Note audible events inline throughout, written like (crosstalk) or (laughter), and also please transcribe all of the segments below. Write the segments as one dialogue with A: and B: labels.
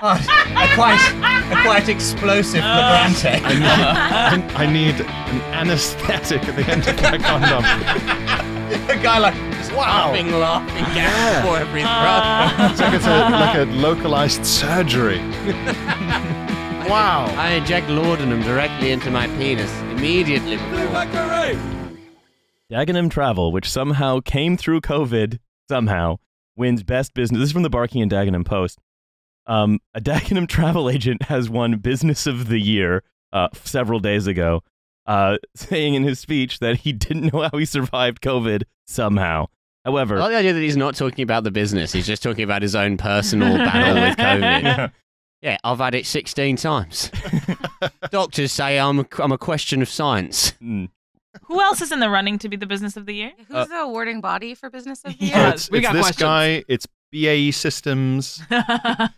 A: quite, Oh, a quite explosive Lagrante.
B: I need, I need an anesthetic at the end of my condom.
A: a guy like just laughing, laughing gas before every breath.
B: It's like it's a, like a localized surgery.
A: (laughs)
B: wow.
C: I inject laudanum directly into my penis immediately.
D: Dagenham Travel, which somehow came through COVID, somehow wins best business. This is from the Barking and Dagenham Post. Um, a (laughs) Dagenham travel agent has won Business of the Year uh, several days ago, uh, (laughs) saying in his speech that he didn't know how he survived COVID somehow.
C: I
D: However,
C: like the idea that he's not talking about the business. He's just talking about his own personal battle with COVID.
D: (laughs) Yeah.
C: Yeah, I've had it 16 times. Doctors say I'm a, I'm a question of science.
D: mm,
E: Who else is in the running to be the business of the year?
F: Who's the awarding body for Business of
E: Yeah.
F: the Year?
B: So
E: Yeah.
B: it's,
C: we
B: it's
C: got
B: this
C: questions.
B: guy, it's BAE Systems,
C: (laughs)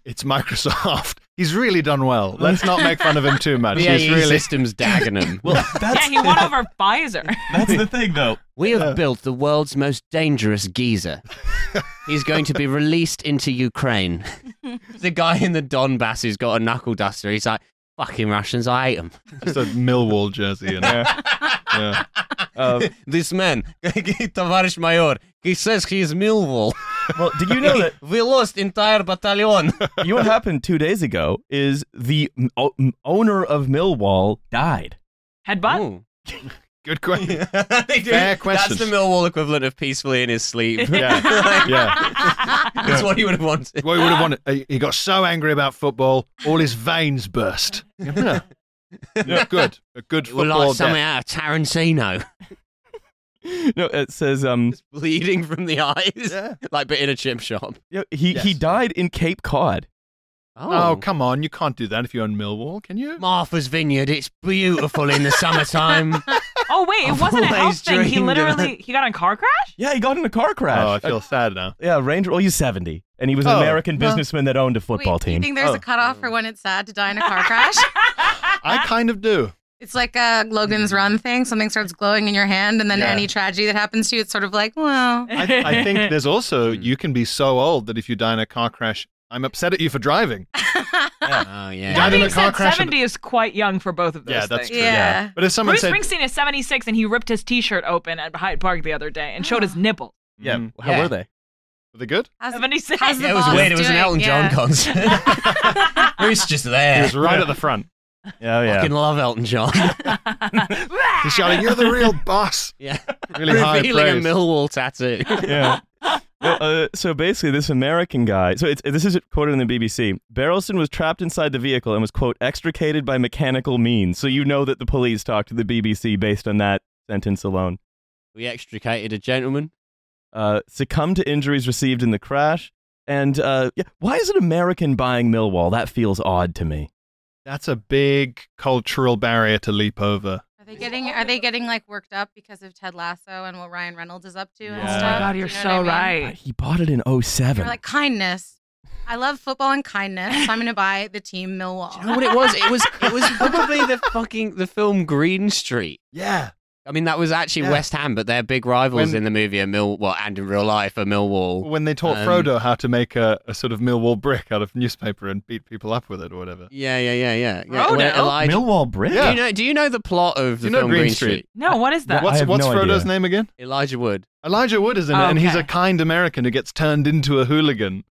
B: it's Microsoft. He's really done well. Let's not make fun of him too much.
C: BAE
B: He's really
C: E Systems Dagenham.
D: well,
E: yeah,
D: that's,
E: he
B: (laughs)
E: won over Pfizer.
D: that's the thing, though.
C: we have built the world's most dangerous (laughs) geezer. He's going to be released into (laughs) Ukraine. the guy in the Donbass who's got a knuckle duster, he's like, fucking Russians, I hate them.
B: just a Millwall jersey. You know? yeah.
D: Uh,
C: This man, (laughs) Tavarish Mayor, he says he is Millwall.
D: (laughs) well, did you (laughs) know that
C: We lost entire battalion.
D: you know what happened two days ago is the m- o- m- owner of Millwall (laughs) died.
E: Headbutt.
C: Ooh.
B: Good question.
C: (laughs) They do-
B: Fair
C: That's
B: question.
C: the Millwall equivalent of peacefully in his sleep.
B: Yeah. Yeah.
C: (laughs) That's what he would have wanted.
B: Well, he would have wanted. he- He got so angry about football, all his veins burst. Yeah. Yeah, good. A good
C: We're
B: football
C: like something
B: death.
C: out of Tarantino.
D: No, it says um,
C: It's (laughs) bleeding from the eyes.
B: Yeah.
C: (laughs) Like, but in a chip shop.
D: you know, he he
B: Yes.
D: died in Cape Cod.
B: Oh, come on. You can't do that if you own Millwall, can you?
C: Martha's Vineyard. It's beautiful in the summertime.
E: Oh wait, it wasn't a health
C: always
E: thing. He
C: dreamed of
E: literally he got in a car crash.
D: Yeah, he got in a car crash.
B: Oh, I
D: Uh,
B: feel sad now.
D: Yeah, Ranger. Well, he's 70, and he was an
B: Oh,
D: American
B: well.
D: businessman that owned a football
F: Wait,
D: team.
F: You think there's
B: Oh.
F: a cutoff for when it's sad to die in a car crash?
B: (laughs) I kind of do.
F: it's like a
E: Mm-hmm.
F: Logan's Run thing. Something starts glowing in your hand, and then
B: Yeah.
F: any tragedy that happens to you, it's sort of like, well,
B: I,
C: (laughs)
B: I
E: (laughs)
B: think there's also you can be so old that if you die in a car crash, I'm upset at you for driving.
C: oh, yeah.
B: Died in
E: That
B: a
E: being
B: car
E: said,
B: crash and-
E: seventy is quite young for both of those.
B: Yeah, that's
E: things.
B: true.
F: Yeah.
B: But if someone
E: Bruce
B: said,
E: Springsteen is seventy six, and he ripped his t shirt open at Hyde Park the other day and
B: (gasps)
E: showed his nipple.
D: yeah,
B: Mm.
D: how
C: Yeah.
D: were they?
B: "Are they good?"
F: how's,
E: Seventy six.
F: how's the
C: It was
F: boss
C: weird. It was an
F: doing?
C: Elton John
F: Yeah.
C: concert. Bruce just
B: (laughs) He
C: there.
B: was right at the front.
D: Oh
C: I (laughs)
D: yeah,
C: fucking love Elton John.
B: He's shouting, "You're the
E: (laughs)
B: real boss!"
C: yeah.
B: Really high
C: Revealing
B: praise.
C: a Millwall
B: (laughs)
C: tattoo.
D: yeah. Well, uh, so basically, this American guy. So it's, this is quoted in the BBC. Barrelson was trapped inside the vehicle and was quote extricated by mechanical means. So you know that the police talked to the BBC based on that sentence alone.
C: we extricated a gentleman.
D: Uh, succumbed to injuries received in the crash. And uh, yeah, why is an American buying Millwall? That feels odd to me.
B: That's a big cultural barrier to leap over.
F: Are they getting are they getting like worked up because of Ted Lasso and what Ryan Reynolds is up to and
D: Yeah.
F: stuff?
E: Oh my god,
F: Do
E: you're
F: you know
E: so
F: what I mean?
D: But
E: right.
D: he bought it in
F: They're
D: 07.
F: like kindness. I love football and kindness. So I'm going to buy
E: (laughs)
F: the team
C: Do
F: Millwall.
C: you know what it was? It was it was probably the fucking the film Green Street.
B: Yeah,
C: I mean, that was actually
B: Yeah.
C: West Ham, but their big rivals
B: When-
C: in the movie are Mill, well, and in real life are Millwall.
B: when they taught
C: Um,
B: Frodo how to make a, a sort of Millwall brick out of newspaper and beat people up with it or whatever.
C: Yeah, yeah, yeah, yeah. yeah.
E: Frodo?
C: when Elijah-
D: Millwall Brick?
B: Oh,
C: Do
B: Yeah.
C: you know? Do you know the plot of the
B: you know
C: film
B: Green
C: Green,
B: Street?
C: Street?
E: No, what is that?
D: What?
B: What's
D: I have
B: what's
D: no
B: Frodo's
D: idea.
B: name again?
C: Elijah Wood.
B: Elijah Wood is in it, and he's a
E: Oh, Okay.
B: kind American who gets turned into a hooligan.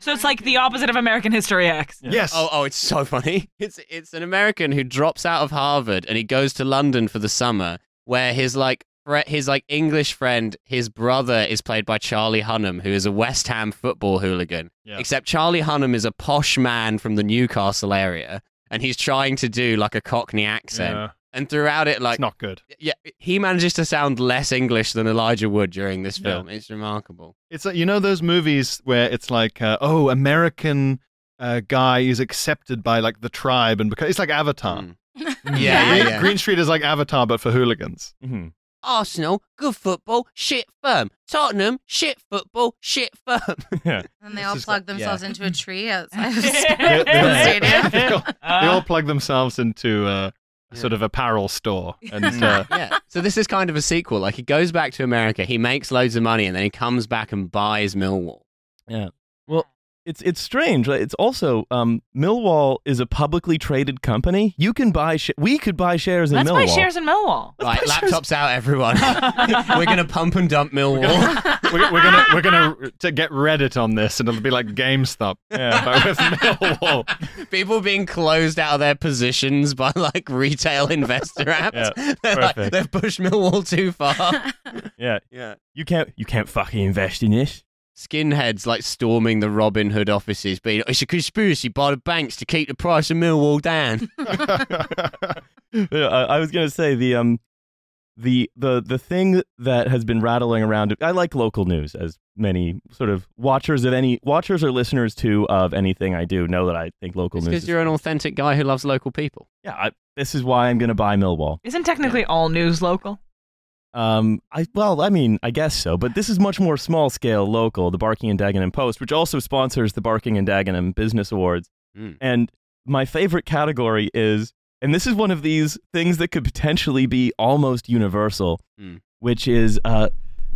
E: So it's like the opposite of American History X.
B: (laughs) Yes.
C: Oh, oh, it's so funny. (laughs) It's it's an American who drops out of Harvard and he goes to London for the summer, where his like fre- his like English friend, his brother is played by Charlie Hunnam, who is a West Ham football hooligan.
B: Yeah.
C: Except Charlie Hunnam is a posh man from the Newcastle area, and he's trying to do like a Cockney accent.
B: Yeah.
C: And throughout it, like
B: it's not good.
C: yeah, he manages to sound less English than Elijah Wood during this
B: Yeah.
C: film. It's remarkable.
B: It's like you know those movies where it's like, uh, oh, American uh, guy is accepted by like the tribe, and because it's like Avatar.
C: Mm. yeah, yeah,
B: Green,
C: yeah.
B: Green Street is like Avatar, but for hooligans.
D: hmm
C: Arsenal, good football, shit firm. Tottenham, shit football, shit firm.
F: And they
B: This
F: all
B: is
F: plug
B: what-
F: themselves
C: yeah.
F: into a tree outside
E: (laughs)
B: (laughs)
F: of
B: They, they-
F: Stadium.
B: they all, they all plug themselves into uh, a
C: Yeah.
B: sort of apparel (laughs) store, and
C: (laughs)
B: uh,
C: yeah. So this is kind of a sequel. Like he goes (laughs) back to America, he makes loads of money, and then he comes back and buys Millwall.
D: Yeah. Well, it's it's strange. Like, It's also um, Millwall is a publicly traded company. You can buy sh- we could buy shares in
E: Let's buy
D: Millwall.
E: shares in Millwall.
C: Right, laptops out, (laughs) everyone. We're gonna pump and dump (laughs) Millwall.
B: (laughs) We're, we're gonna we're gonna to get Reddit on this, and it'll be like GameStop,
D: Yeah.
E: (laughs)
B: but (laughs) with Millwall.
C: People being closed out of their positions by like retail investor apps. (laughs) They're like,
D: perfect.
C: they've pushed Millwall too far. (laughs)
D: yeah,
C: yeah.
D: you can't you can't fucking invest in this.
C: Skinheads like storming the Robin Hood offices, being it's a conspiracy by the banks to keep the price of Millwall down.
D: Yeah, I, I was gonna say the um the the the thing that has been rattling around. I like local news, as many sort of watchers of any watchers or listeners to of anything I do know that I think local
C: It's
D: news.
C: because
D: Is,
C: you're an authentic guy who loves local people. (laughs)
D: yeah, I, this is why I'm gonna buy Millwall.
E: Isn't technically all news local?
D: Um, I well, I mean, I guess so, but this is much more small scale, local. The Barking and Dagenham Post, which also sponsors the Barking and Dagenham Business Awards,
C: Mm.
D: and my favorite category is, and this is one of these things that could potentially be almost universal,
C: Mm.
D: which is uh,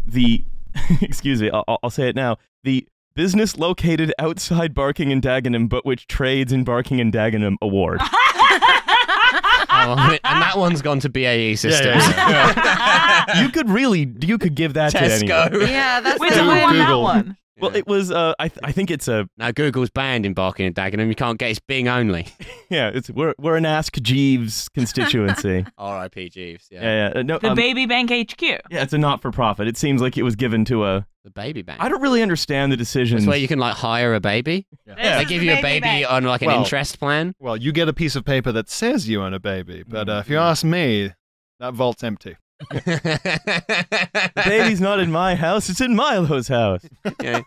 D: the, (laughs) excuse me, I'll, I'll- I'll say it now, the business located outside Barking and Dagenham, but which trades in Barking and Dagenham
E: (laughs)
D: Award.
C: Oh, and that one's gone to E BAE
B: yeah,
C: Systems.
B: yeah,
C: (laughs)
B: yeah.
D: (laughs) you could really, you could give that to anyone.
C: Tesco. (laughs)
F: yeah, that's
E: Wait,
F: the
E: so who won
F: one.
E: that
B: Google.
E: one?
D: Well, it was. Uh, I, th- I think it's a
C: Now Google's banned embarking in Dagenham. You can't get it's Bing only. (laughs)
D: yeah. It's we're we're an Ask Jeeves
C: (laughs)
D: constituency.
C: R.I.P. Jeeves. Yeah.
D: yeah, yeah. Uh, No,
E: The
D: um,
E: Baby Bank HQ.
D: yeah, it's a not-for-profit. It seems like it was given to a.
C: The baby bank.
D: I don't really understand the decision.
C: That's where you can like hire a baby.
E: This
C: They
E: is
C: give
E: the
C: you a baby
E: bank.
C: on like an
B: Well-
C: interest plan.
B: (laughs)
C: (laughs)
B: Well, you get a piece of paper that says you own a baby, but uh, if you ask me, that vault's empty.
D: The (laughs) baby's not in my house. It's in Milo's house.
C: (laughs) Yeah.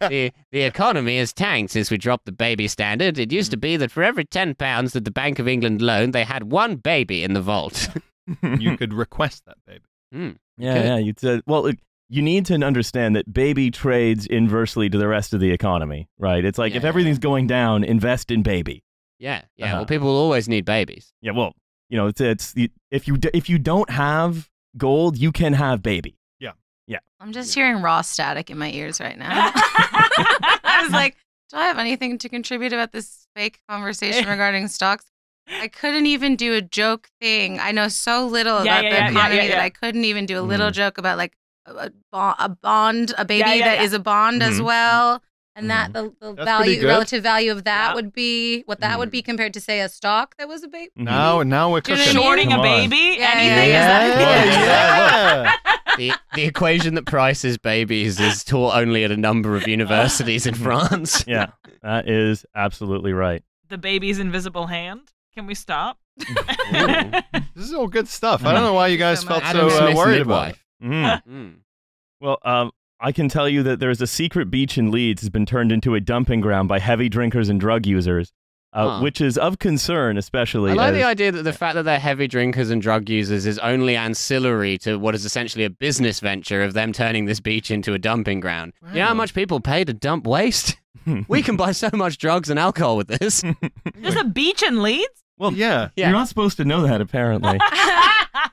C: the, the economy has tanked since we dropped the baby standard. It used to be that for every ten pounds that the Bank of England loaned, they had one baby in the vault.
B: (laughs) You could request that baby.
D: Yeah,
C: Okay.
D: yeah. You said well. It, you need to understand that baby trades inversely to the rest of the economy, right? It's like if
C: Yeah.
D: everything's going down, invest in baby.
C: yeah, yeah.
D: Uh-huh.
C: Well, people will always need babies.
D: Yeah, well, you know, it's it's you- if you d- if you don't have gold, you can have baby.
F: I'm just hearing raw static in my ears
E: (laughs)
F: right now. (laughs) I was like, do I have anything to contribute about this fake
E: (laughs)
F: conversation regarding stocks? I couldn't even do a joke thing. I know so little
E: Yeah,
F: about
E: yeah,
F: the
E: yeah, yeah,
F: economy
E: yeah,
F: that
E: yeah. Mm.
F: I couldn't even do a little joke about like a, a bo- a bond, a baby that
E: Yeah,
F: is
E: yeah, Mm-hmm. yeah.
F: a bond as
D: Mhm.
F: well, and that the, the
B: That's pretty
F: value,
B: good.
F: relative value of that
E: Yeah. Mm.
F: would be what that would be compared to say a stock that was a baby.
D: Mm-hmm.
C: Ah.
B: Now, now we're
F: Do you
B: cooking.
F: know what I mean?
E: Shorting a
D: Come on.
E: baby?
F: Yeah,
E: Anything
F: yeah,
E: is
B: Yeah, yeah, yeah.
C: The, the equation that prices babies is taught only at a number of universities (laughs) in France.
D: Yeah, that is
C: (laughs)
D: absolutely right.
E: The baby's invisible hand. Can we (laughs) stop?
D: Mm-hmm.
B: This is all good stuff. I don't know why you guys
F: So
B: felt
F: much.
C: Uh-huh.
B: so
C: Adam
B: uh,
C: Smith's
B: worried about it.
C: midwife.
D: Mm.
C: Mm.
D: Well, um, I can tell you that there's a secret beach in Leeds has been turned into a dumping ground by heavy drinkers and drug users, uh,
C: Huh.
D: which is of concern, especially.
C: I like
D: as-
C: the idea that the fact that they're heavy drinkers and drug users is only ancillary to what is essentially a business venture of them turning this beach into a dumping ground. You know how much people pay to dump waste? (laughs) we can buy so much drugs and alcohol with this.
E: There's a beach in (laughs) Leeds?
D: Well,
B: Yeah.
C: Yeah.
D: You're not supposed to know
C: (laughs)
D: that, apparently.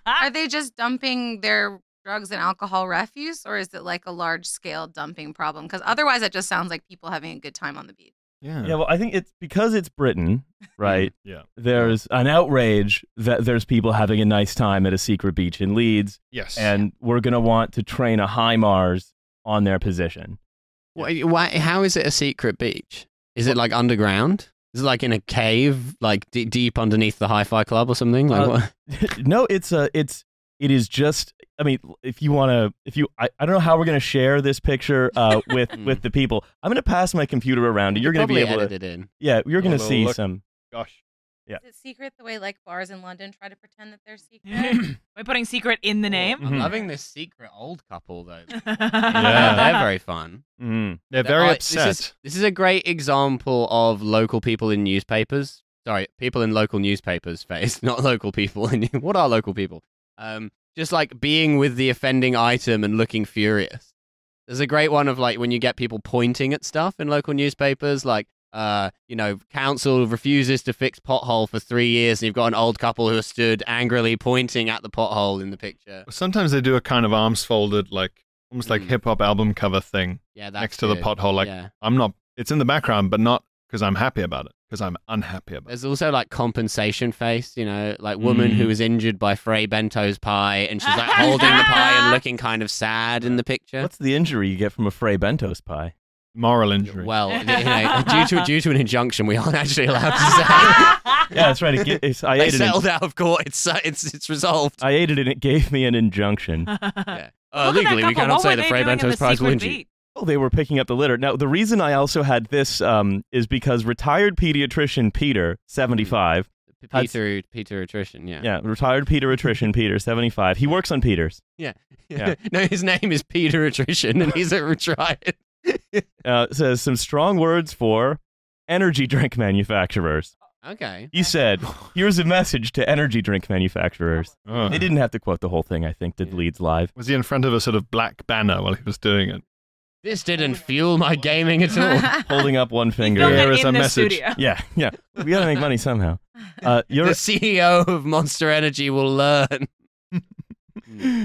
F: Are they just dumping their drugs and alcohol refuse, or is it like a large scale dumping problem? Because otherwise, it just sounds like people having a good time on the beach.
B: Yeah.
C: (laughs)
D: yeah, well, I think it's because it's Britain, right?
B: Yeah.
D: There's an outrage that there's people having a nice time at a secret beach in Leeds,
B: Yes.
D: and we're going to want to train a high Mars on their position.
C: (laughs) Why, why, how is it a secret beach? Is it like underground? Is it like in a cave, like d- deep underneath the Hi Fi Club or something? Like
D: Uh,
C: what?
D: (laughs) no, it's a, it's, it is just. I mean, if you want to, if you, I, I don't know how we're going to share this picture
C: (laughs)
D: uh, with
C: Hmm.
D: with the people. I'm going to pass my computer around, and you're going to be
C: Probably
D: able to,
C: edit it in.
D: yeah, you're going
B: Oh,
D: to
B: well,
D: see
B: look.
D: some.
B: Gosh.
F: Is it secret the way like bars in London try to pretend that
B: (laughs)
F: they're secret?
E: By putting secret in the name?
C: I'm
D: Mhm.
C: loving this secret old couple (laughs) though.
E: Yeah. (laughs)
C: They're very fun.
D: Mm.
B: They're very
C: I-
B: upset.
C: This is, this is a great example of local people in newspapers. Sorry, people in local newspapers (laughs) face, not local people. In, what are local people? Um, just like being with the offending item and looking furious. There's a great one of like when you get people pointing at stuff in local newspapers, like, uh, you know, council refuses to fix pothole for three years, and you've got an old couple who have stood angrily pointing at the pothole in the picture.
B: Sometimes they do a kind of arms folded, like almost like
C: Mm.
B: hip hop album cover thing
C: Yeah, that's
B: next to the
C: good.
B: pothole. Like
C: yeah.
B: I'm not It's in the background, but not because I'm happy about it, because I'm unhappy about it.
C: There's also like compensation face, you know, like woman
D: Mm.
C: who was injured by Frey Bento's pie, and she's like holding the pie and looking kind of sad in the picture.
D: What's the injury you get from a Frey Bentos pie?
C: (laughs)
B: Moral injury.
C: well, you know, due to due to an injunction, we aren't actually allowed
E: (laughs)
C: to say.
D: Yeah, that's right. It, ge- it's,
C: (laughs)
D: I
C: they
D: ate it. and-
C: settled out of court. It's uh, it's it's
D: (laughs)
C: resolved.
D: I ate it and it gave me an injunction.
C: Yeah. Uh, legally, we cannot say that Frey Bento's prize will injure. you.
D: Oh, they were picking up the litter. Now, the reason I also had this um, is because retired pediatrician
C: Hmm.
D: Peter, 75, That's-
C: Peter Peter attrition. (laughs) Yeah.
D: yeah, retired pediatrician Peter, 75, he works on Peters. Yeah.
C: no, his name is Peter attrition, and he's a retired.
D: Uh, says some strong words for energy drink manufacturers.
C: Okay.
D: He (laughs) said, Here's a message to energy drink manufacturers.
B: Oh.
D: They didn't have to quote the whole thing, I think, did Leeds Live.
B: Was he in front of a sort of black banner while he was doing it?
C: This didn't fuel my gaming at all.
D: Holding up (laughs) one
E: Film
D: finger.
B: There
E: it
B: is
E: in
B: a
E: the
B: message.
E: studio.
D: Yeah, yeah. We gotta make money (laughs) somehow. Uh,
C: the
D: your,
C: CEO E of Monster Energy will learn.
D: (gasps)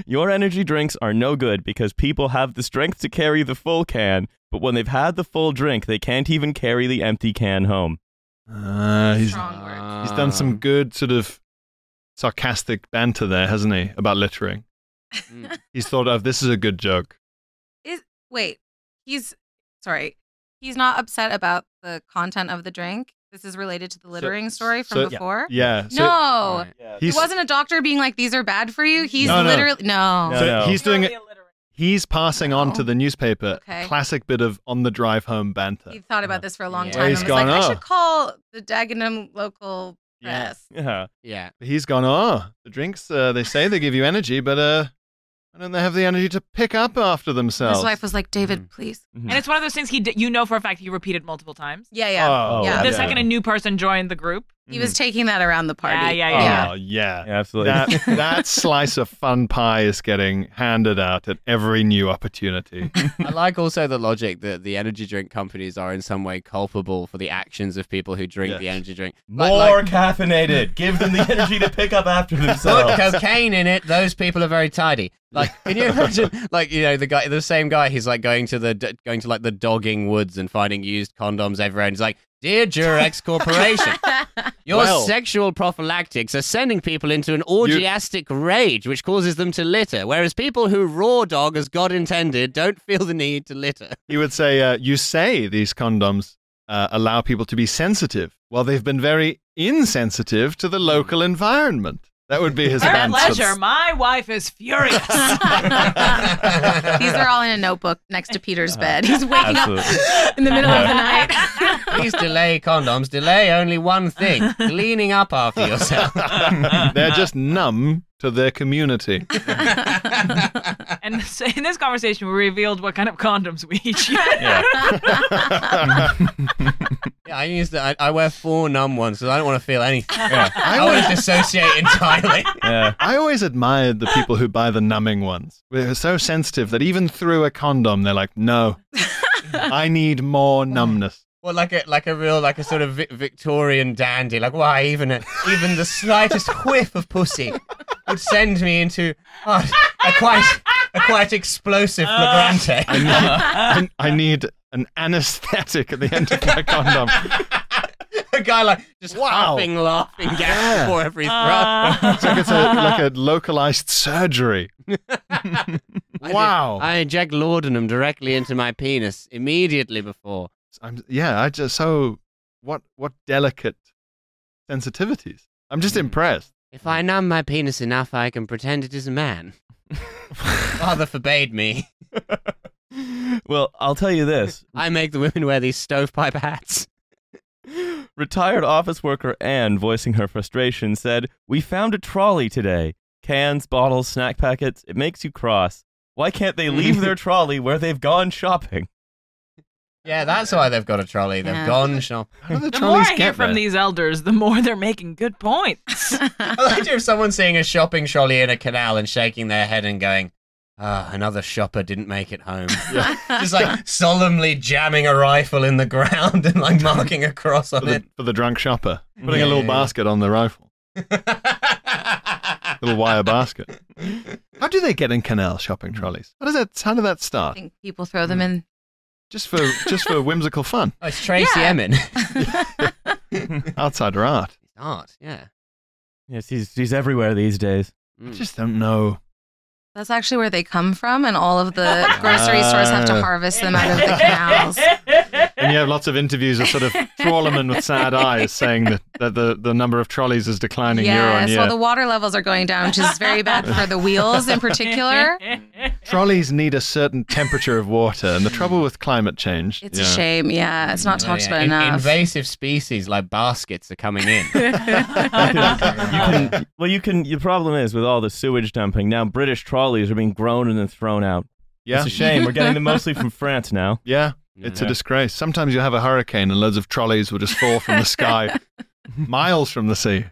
D: Your energy drinks are no good because people have the strength to carry the full can, but when they've had the full drink, they can't even carry the empty can home. (laughs)
B: Uh, he's,
F: Strong word.
C: Ah,
B: he's done
F: Um,
B: some good sort of sarcastic banter there, hasn't he, about littering? (laughs)
C: Mm.
B: He's thought of this is a good joke.
F: (laughs) Wait, he's sorry. He's not upset about the content of the drink. This is related to the littering story from
B: so- yeah.
F: before.
B: Yeah. So
F: No,
B: he's,
F: it wasn't a doctor being like, "These are bad for you." He's
B: No, no.
F: literally no.
B: so
D: No, no.
B: he's doing it. He's passing on
F: No.
B: to the newspaper.
F: Okay.
B: Classic bit of on the drive home banter.
F: He thought about this for a long
C: Yeah.
F: time. and
B: He's
F: was
B: gone,
F: like,
B: "Oh."
F: I should call the Dagenham local
C: Yeah.
F: press.
D: Yeah.
C: Yeah.
B: He's gone. Oh, the drinks. Uh, they say they give you energy, but uh, why don't they have the energy to pick up after themselves?
F: His wife was like, "David, please."
D: Hmm.
E: And it's one of those things he d- you know for a fact he repeated multiple times.
F: Yeah, yeah.
B: Oh,
F: Yeah.
E: The second a new person joined the group,
F: he was taking that around the party.
E: Yeah, yeah,
B: Oh, yeah.
D: Yeah, absolutely.
B: That
D: (laughs)
F: (laughs)
B: that slice of fun pie is getting handed out at every new opportunity.
C: I like also the logic that the energy drink companies are in some way culpable for the actions of people who drink the
B: Yes.
C: energy drink.
D: More caffeinated. Give them the energy to pick up (laughs) after
C: Put
D: themselves.
C: cocaine in it. Those people are very tidy. Like, can you (laughs) imagine? Like, you know, the guy, the same guy, he's like going to the going to like the dogging woods and finding used condoms everywhere. And he's like, "Dear (laughs) Durex Corporation, your
B: Well-
C: sexual prophylactics are sending people into an orgiastic rage, which causes them to litter. Whereas people who raw dog, as God intended, don't feel the need to litter."
B: he would say, uh, "You say these condoms uh, allow people to be sensitive. Well, they've been very insensitive to the local environment." That would be his
E: her
B: answer.
E: pleasure. My wife is furious.
F: These are all in a notebook next to Peter's bed. He's waking
D: Absolutely.
F: up in the middle of the night.
C: Please delay condoms. Delay only one thing: (laughs) cleaning up after yourself.
B: They're just numb to their community.
E: (laughs) and so in this conversation, we revealed what kind of condoms we each use.
C: Yeah, I use the. I, I wear four numb ones because I don't want to feel anything.
B: I
C: I want to dissociate entirely.
D: Yeah.
B: I always admired the people who buy the numbing ones. They're so sensitive that even through a condom, they're like, no, I need more numbness.
C: Well, like a like a real like a sort of Vic- Victorian dandy. Like why even a, even the slightest whiff of pussy would send me into oh, a quite a quite explosive flagrante.
B: I need, I, I need an anesthetic at the end of my condom.
C: (laughs) a guy like just
B: Wow.
C: huffing, laughing gas before every thrust.
B: (laughs)
E: Uh,
B: It's like it's a, like a localized surgery. wow.
C: I inject laudanum directly into my penis immediately before.
B: I'm, yeah, I just, so what, what delicate sensitivities. I'm
C: Mm.
B: just impressed.
C: If I numb my penis enough, I can pretend it is a man. (laughs) Father forbade me.
D: Well, I'll tell you this.
C: I make the women wear these stovepipe hats.
D: Retired office worker Anne, voicing her frustration, said, We found a trolley today. Cans, bottles, snack packets. It makes you cross. Why can't they leave (laughs) their trolley where they've gone shopping?
C: Yeah, that's why they've got a trolley. They've
F: Yeah.
C: gone shop.
B: How do the,
E: the more
B: trolleys
E: I hear
B: get
E: from
B: there?
E: these elders, the more they're making good
F: (laughs)
E: points.
C: I like if someone seeing a shopping trolley in a canal and shaking their head and going, "Ah, another shopper didn't make it
F: (laughs)
C: home."
E: (laughs)
C: Just like solemnly jamming a rifle in the ground and like marking a cross
B: for
C: on
B: the,
C: it.
B: for the drunk shopper, putting
C: Yeah,
B: a little
C: yeah, yeah.
B: basket on the rifle.
C: (laughs)
B: little wire basket.
C: Mm.
B: How do they get in canal shopping trolleys? How does that? How did that
F: I
B: start?
F: think people throw them in
B: just for just
E: (laughs)
B: for whimsical fun.
C: Oh, (laughs) it's Tracy
F: Yeah.
C: Emin.
B: Outsider art.
C: Art, yeah.
D: Yes, he's he's everywhere these (laughs) days.
B: I
C: Mm.
B: just don't know.
F: That's actually where they come from, and all of the grocery stores have to
B: Ah.
F: harvest them out of the canals.
B: And you have lots of interviews of sort
E: (laughs)
B: of trawlermen with sad eyes saying that, that the, the number of trolleys is declining year on
F: Yes,
B: year.
F: well, the water levels are going down, which is very bad for the wheels in particular.
B: Trolleys need a certain temperature of water, and the trouble with climate change.
F: It's
B: yeah.
F: a shame. Yeah, it's not
C: Oh,
F: talked
C: yeah.
F: about
C: In-
E: (laughs)
F: enough.
C: invasive species like baskets are coming in.
D: You can- well, you can. The problem is with all the sewage dumping now. British trolleys are being grown and then thrown out.
B: Yeah,
D: It's a shame. We're (laughs) getting them mostly from France now.
B: yeah, it's
D: Yeah.
B: a disgrace. Sometimes you have a hurricane, and loads of trolleys will just fall from the sky, miles from the sea.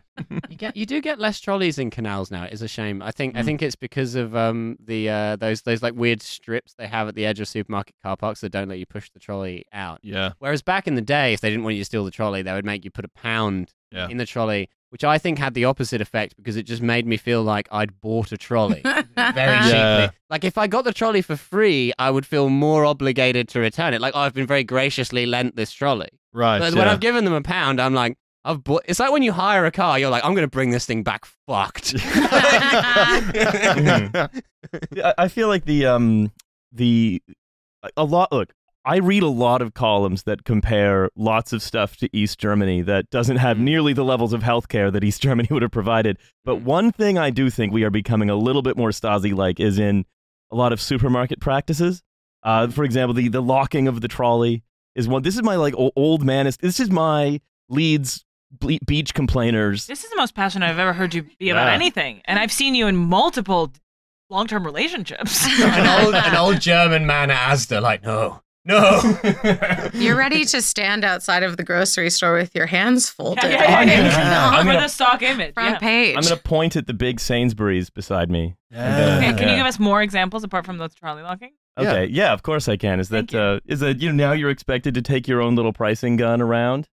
C: you get you do get less trolleys in canals now. It is a shame. I think I think it's because of um the uh those those like weird strips they have at the edge of supermarket car parks that don't let you push the trolley out.
B: Yeah,
C: Whereas back in the day, if they didn't want you to steal the trolley, they would make you put a pound
B: Yeah.
C: in the trolley, which I think had the opposite effect because it just made me feel like I'd bought a
F: (laughs)
C: trolley. Very
B: Yeah.
C: cheaply. Like if I got the trolley for free, I would feel more obligated to return it. Like oh, I've been very graciously lent this trolley.
B: right.
C: But
B: yeah.
C: when I've given them a pound, I'm like, I've bought. It's like when you hire a car, you're like, I'm going to bring this thing back fucked.
D: I, I feel like the um the a lot. Look, I read a lot of columns that compare lots of stuff to East Germany that doesn't
E: Mm-hmm.
D: have nearly the levels of healthcare that East (laughs) Germany would have provided. But
E: Mm-hmm.
D: one thing I do think we are becoming a little bit more Stasi-like is in a lot of supermarket practices. Uh, for example, the the locking of the trolley is one. This is my like o- old man. Is this is my Leeds ble- beach complainers.
E: (laughs) This is the most passionate I've ever heard you be about
B: Yeah.
E: anything, and I've seen you in multiple long-term relationships. (laughs)
C: an old, an (laughs) old German man at Asda, like, no, no. (laughs)
F: (laughs) You're ready to stand outside of the grocery store with your hands
E: (laughs)
F: folded.
E: Yeah, yeah, yeah,
D: yeah. I'm
E: For
D: gonna-
E: the stock image.
F: Front
E: yeah.
F: page.
D: I'm gonna point at the big Sainsbury's beside me. uh,
E: Okay, can
D: Yeah.
E: you give us more examples apart from those trolley locking?
B: Yeah.
D: Okay, yeah, of course I can. Is that uh, is that you know now you're expected to take your own little pricing gun around?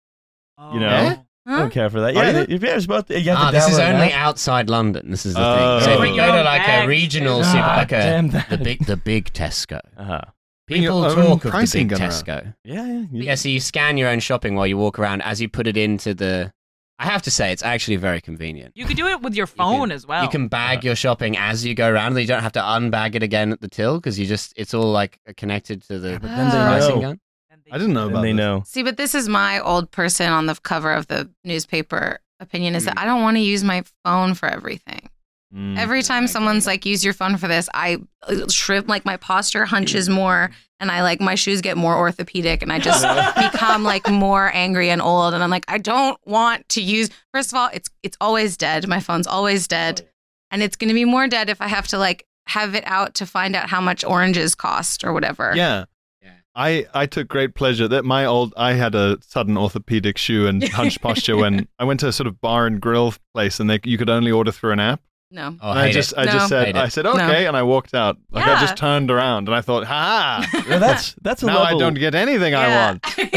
D: You know?
B: Eh?
D: I
F: Huh?
D: don't care for that.
B: Are
D: Yeah,
B: you?
D: they- yeah, it's about you have to
C: ah, this is
D: download
C: only
D: that.
C: outside London. This is the
B: Oh.
C: thing. So if
B: Bring
C: you
E: your
C: go to
E: own
C: like a
E: bags.
C: regional,
E: Ah,
C: super, like a
D: damn that.
C: the big, the big Tesco.
D: Uh-huh.
B: Bring your
C: People
B: own
C: talk of the
B: pricing
C: big
B: gun around.
C: Tesco.
D: Yeah, yeah. you-
C: Yeah, so you scan your own shopping while you walk around as you put it into the. I have to say, it's actually very convenient.
E: You could do it with your
C: You can-
E: phone as well.
C: You can bag your shopping as you go around. You don't have to unbag it again at the till because you just it's all like connected to the
F: but then they
C: pricing
D: know.
C: gun.
E: And they-
B: I didn't know
E: (laughs)
D: Then
B: about
D: they
B: this. (laughs)
D: know.
F: See, but this is my old person on the cover of the newspaper opinion is that I don't want to use my phone for everything.
B: Mm.
F: Every time
C: I get
F: someone's
C: it.
F: like, use your phone for this, I uh, shrimp, like my posture hunches more and I like my shoes get more orthopedic and
E: (laughs)
F: I just
B: (laughs)
F: become like more angry and old. And I'm like, I don't want to use, first of all, it's, it's always dead. My phone's always dead. And it's going to be more dead if I have to like have it out to find out how much oranges cost or whatever.
B: Yeah.
C: Yeah.
B: I, I took great pleasure that my old I had a sudden orthopedic shoe
F: (laughs)
B: and hunched posture when I went to a sort of bar and grill place and they you could only order through an app.
F: No.
C: Oh,
B: and
C: I
B: I
C: hate
B: just
C: it.
B: I just
F: No.
B: said
C: Hate it.
B: I said
F: No.
B: okay and I walked out. Like I
F: Yeah.
B: just turned around and I thought, ha
D: Well, that's that's a
B: now I
D: level.
B: don't get anything I want. (laughs)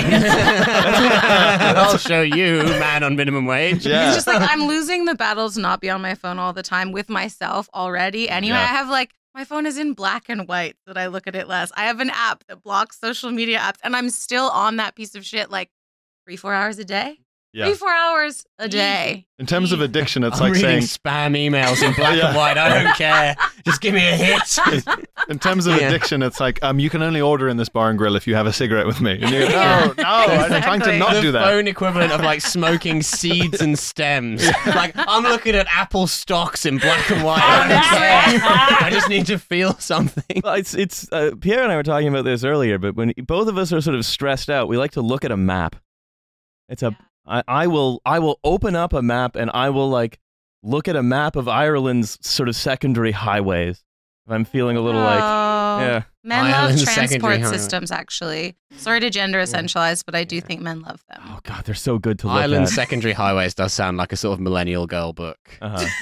C: I'll show you, man on minimum wage.
B: Yeah.
F: (laughs) It's just like
D: (laughs)
F: I'm losing the battle to not be on my phone all the time with myself already. Anyway,
B: Yeah.
F: I have like my phone is in black and white so that I look at it less. I have an app that blocks social media apps, and I'm still on that piece of shit like three, four hours a day.
B: Yeah.
F: Three, four hours a day.
B: In terms of addiction, it's
C: I'm
B: like
C: reading
B: saying
C: spam emails in
B: (laughs)
C: black
B: Yeah.
C: and white. I don't care. Just give me a
B: (laughs)
C: hit.
B: in terms of
F: (laughs)
C: Yeah.
B: addiction, it's like um you can only order in this bar and grill if you have a cigarette with me. And you go, no,
F: (laughs) Yeah.
B: no, I'm trying to
F: Exactly.
B: not
C: the
B: do that.
C: phone equivalent of like
B: (laughs)
C: smoking seeds and stems. Like I'm looking at apple stocks in black and white. I don't care. I just need to feel something.
D: Well, it's it's uh, Pierre and I were talking about this earlier, but when both of us are sort of stressed out, we like to look at a map. It's a I, I will I will open up a map and I will like look at a map of Ireland's sort of secondary highways. If I'm feeling a little
B: Ah.
D: like
F: Oh.
D: yeah.
F: Men
C: Ireland's
F: love
C: secondary
F: transport
C: highway.
F: systems, actually. Sorry to gender essentialize, but I do think men love them.
D: Oh god, they're so good to look
C: Island
D: at.
C: Secondary Highways does sound like a sort of millennial girl book.
D: Uh-huh.
C: (laughs)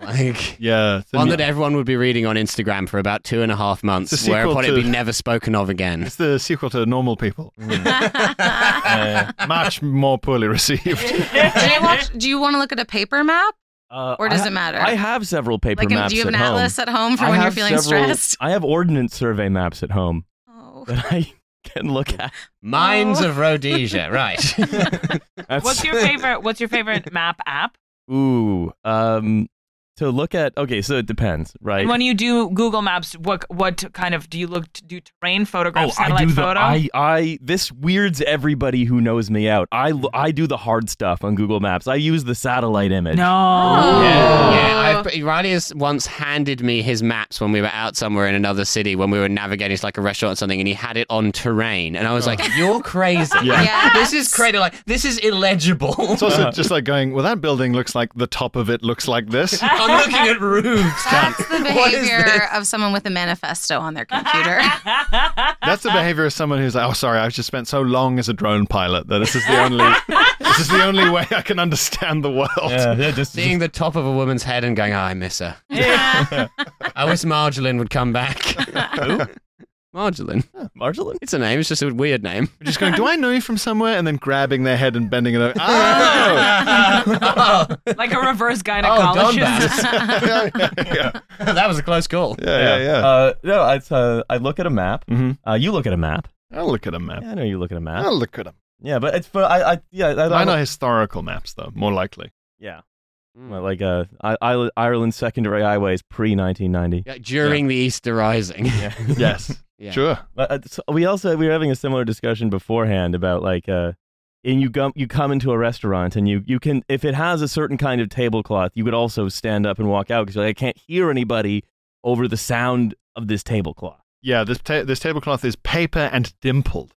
C: Like
B: Yeah. it's a
C: one
B: new-
C: that everyone would be reading on Instagram for about two and a half
B: It's
C: months,
B: a sequel
C: whereupon it'd be
B: to-
C: never spoken of again.
B: it's the sequel to normal people.
F: (laughs)
D: Uh,
B: (laughs) Much more poorly received.
F: Did I watch, do you want to look at a paper map
D: uh,
F: or does
D: I-
F: it matter?
D: I have several paper
F: like,
D: maps
F: do you
D: at
F: have an
D: home.
F: atlas (laughs) at home for
D: I
F: when you're
D: have
F: feeling
D: several-
F: stressed?
D: I have ordinance survey maps at home
F: (laughs) Oh.
D: (laughs) that I and look at.
C: Mines of Rhodesia, right?
D: That's-
E: What's your favorite? What's
B: (laughs)
E: your favorite map app?
D: (laughs) Ooh, um, to look at. Okay, so it depends, right?
E: And when you do Google Maps, what what kind of do you look to do terrain
D: Oh,
E: photographs,
D: I
E: satellite
D: do the.
E: photo?
D: I, I. This weirds everybody who knows me out. I, l- I do the hard stuff on Google Maps. I use the satellite image.
E: no.
F: Oh.
C: Yeah,
F: Oh.
C: yeah. I've, Riley has once handed me his maps when we were out somewhere in another city when we were navigating to like a restaurant or something, and he had it on terrain, and I was like, "You're crazy!
D: Yeah.
F: Yes.
C: This is crazy! Like this is illegible."
B: (laughs) It's also just like going, well, that building looks like the top of it looks like this.
C: (laughs) I'm looking at roofs.
F: That's
C: cunt. (laughs)
F: the
C: What is this?
F: behavior of someone with a manifesto on their computer.
B: That's the behavior of someone who's like, oh, sorry, I've just spent so long as a drone pilot that this is the only, this is the only way I can understand the world.
D: (laughs) Yeah,
B: (laughs)
D: yeah, just, (laughs)
C: Seeing the top of a woman's head and going, "Ah, "I miss her.
E: Oh,
C: I wish Marjolin would come back."
D: Who?
C: Marjolin.
D: Marjolin.
C: It's a name. It's just a weird name.
B: We're just going, do I know you from somewhere? And then grabbing their head and bending it
D: (laughs)
B: over. Oh, (laughs)
C: oh,
E: (laughs) like a reverse
C: Don
E: gynecologist.
C: Bass.
E: (laughs)
B: yeah,
C: (laughs)
B: yeah,
C: that was a close call.
B: yeah. yeah.
D: Uh, no, I, uh, I look at a map.
B: Mhm.
D: Uh, you look at a map.
B: I'll look at a map.
D: Yeah, I know you look at a map.
B: I'll look at them.
D: Yeah, but it's for I, I yeah I, I,
B: Mine are historical maps, though, more
D: (laughs)
B: likely.
D: yeah.
C: Hmm.
D: Well, like uh, I, I, Ireland's secondary highways pre 1990.
C: Yeah, during the Easter Rising.
D: (laughs) Yeah.
B: Yes,
C: (laughs) Yeah.
B: sure.
D: But, uh, so we also we were having a similar discussion beforehand about like uh, and you come you come into a restaurant and you you can if it has a certain kind of tablecloth you could also stand up and walk out because like I can't hear anybody over the sound of this tablecloth.
B: Yeah, this, ta- this tablecloth is paper and dimpled.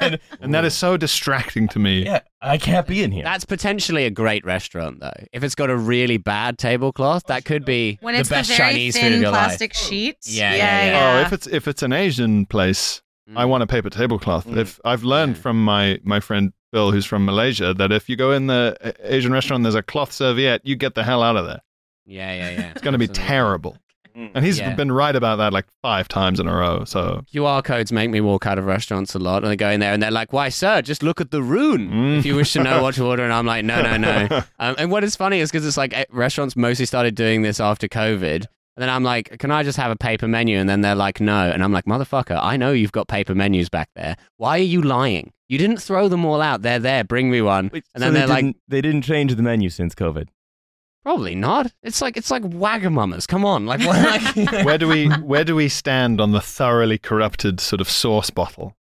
D: and,
B: And that is so distracting to me.
D: yeah, I can't be in here.
C: That's potentially a great restaurant, though. If it's got a really bad tablecloth, that could be
F: when
C: the
F: it's the,
C: best
F: very
C: Chinese
F: thin
C: food of your
F: plastic sheet.
C: Yeah, yeah, yeah.
B: Oh, if it's if it's an Asian place,
C: life.
B: I want a paper tablecloth.
C: Mm.
B: If I've learned
C: Yeah.
B: from my my friend Bill, who's from Malaysia, that if you go in the uh, Asian restaurant, and there's a cloth serviette, you get the hell out of there.
C: Yeah, yeah, yeah.
B: It's going to be terrible.
E: Mm.
B: And he's
C: Yeah.
B: been right about that like five times in a row. So
C: QR codes make me walk out of restaurants a lot, and I go in there and they're like, "Why, sir? Just look at the rune
B: Mm.
C: if you wish to know what to order." And I'm like, "No, no,
D: (laughs)
C: no." Um, and what is funny is because it's like eh, restaurants mostly started doing this after COVID, and then I'm like, "Can I just have a paper menu?" And then they're like, "No," and I'm like, "Motherfucker, I know you've got paper menus back there. Why are you lying? You didn't throw them all out. They're there. Bring me one."
D: Wait,
C: and
D: so
C: then
D: they
C: they're like,
D: didn't, they didn't change the menu since COVID.
C: Probably not. It's like it's like Wagamamas. Come on, like (laughs) what? Like,
B: where do
E: (laughs)
B: we where do we stand on the thoroughly corrupted sort of sauce bottle?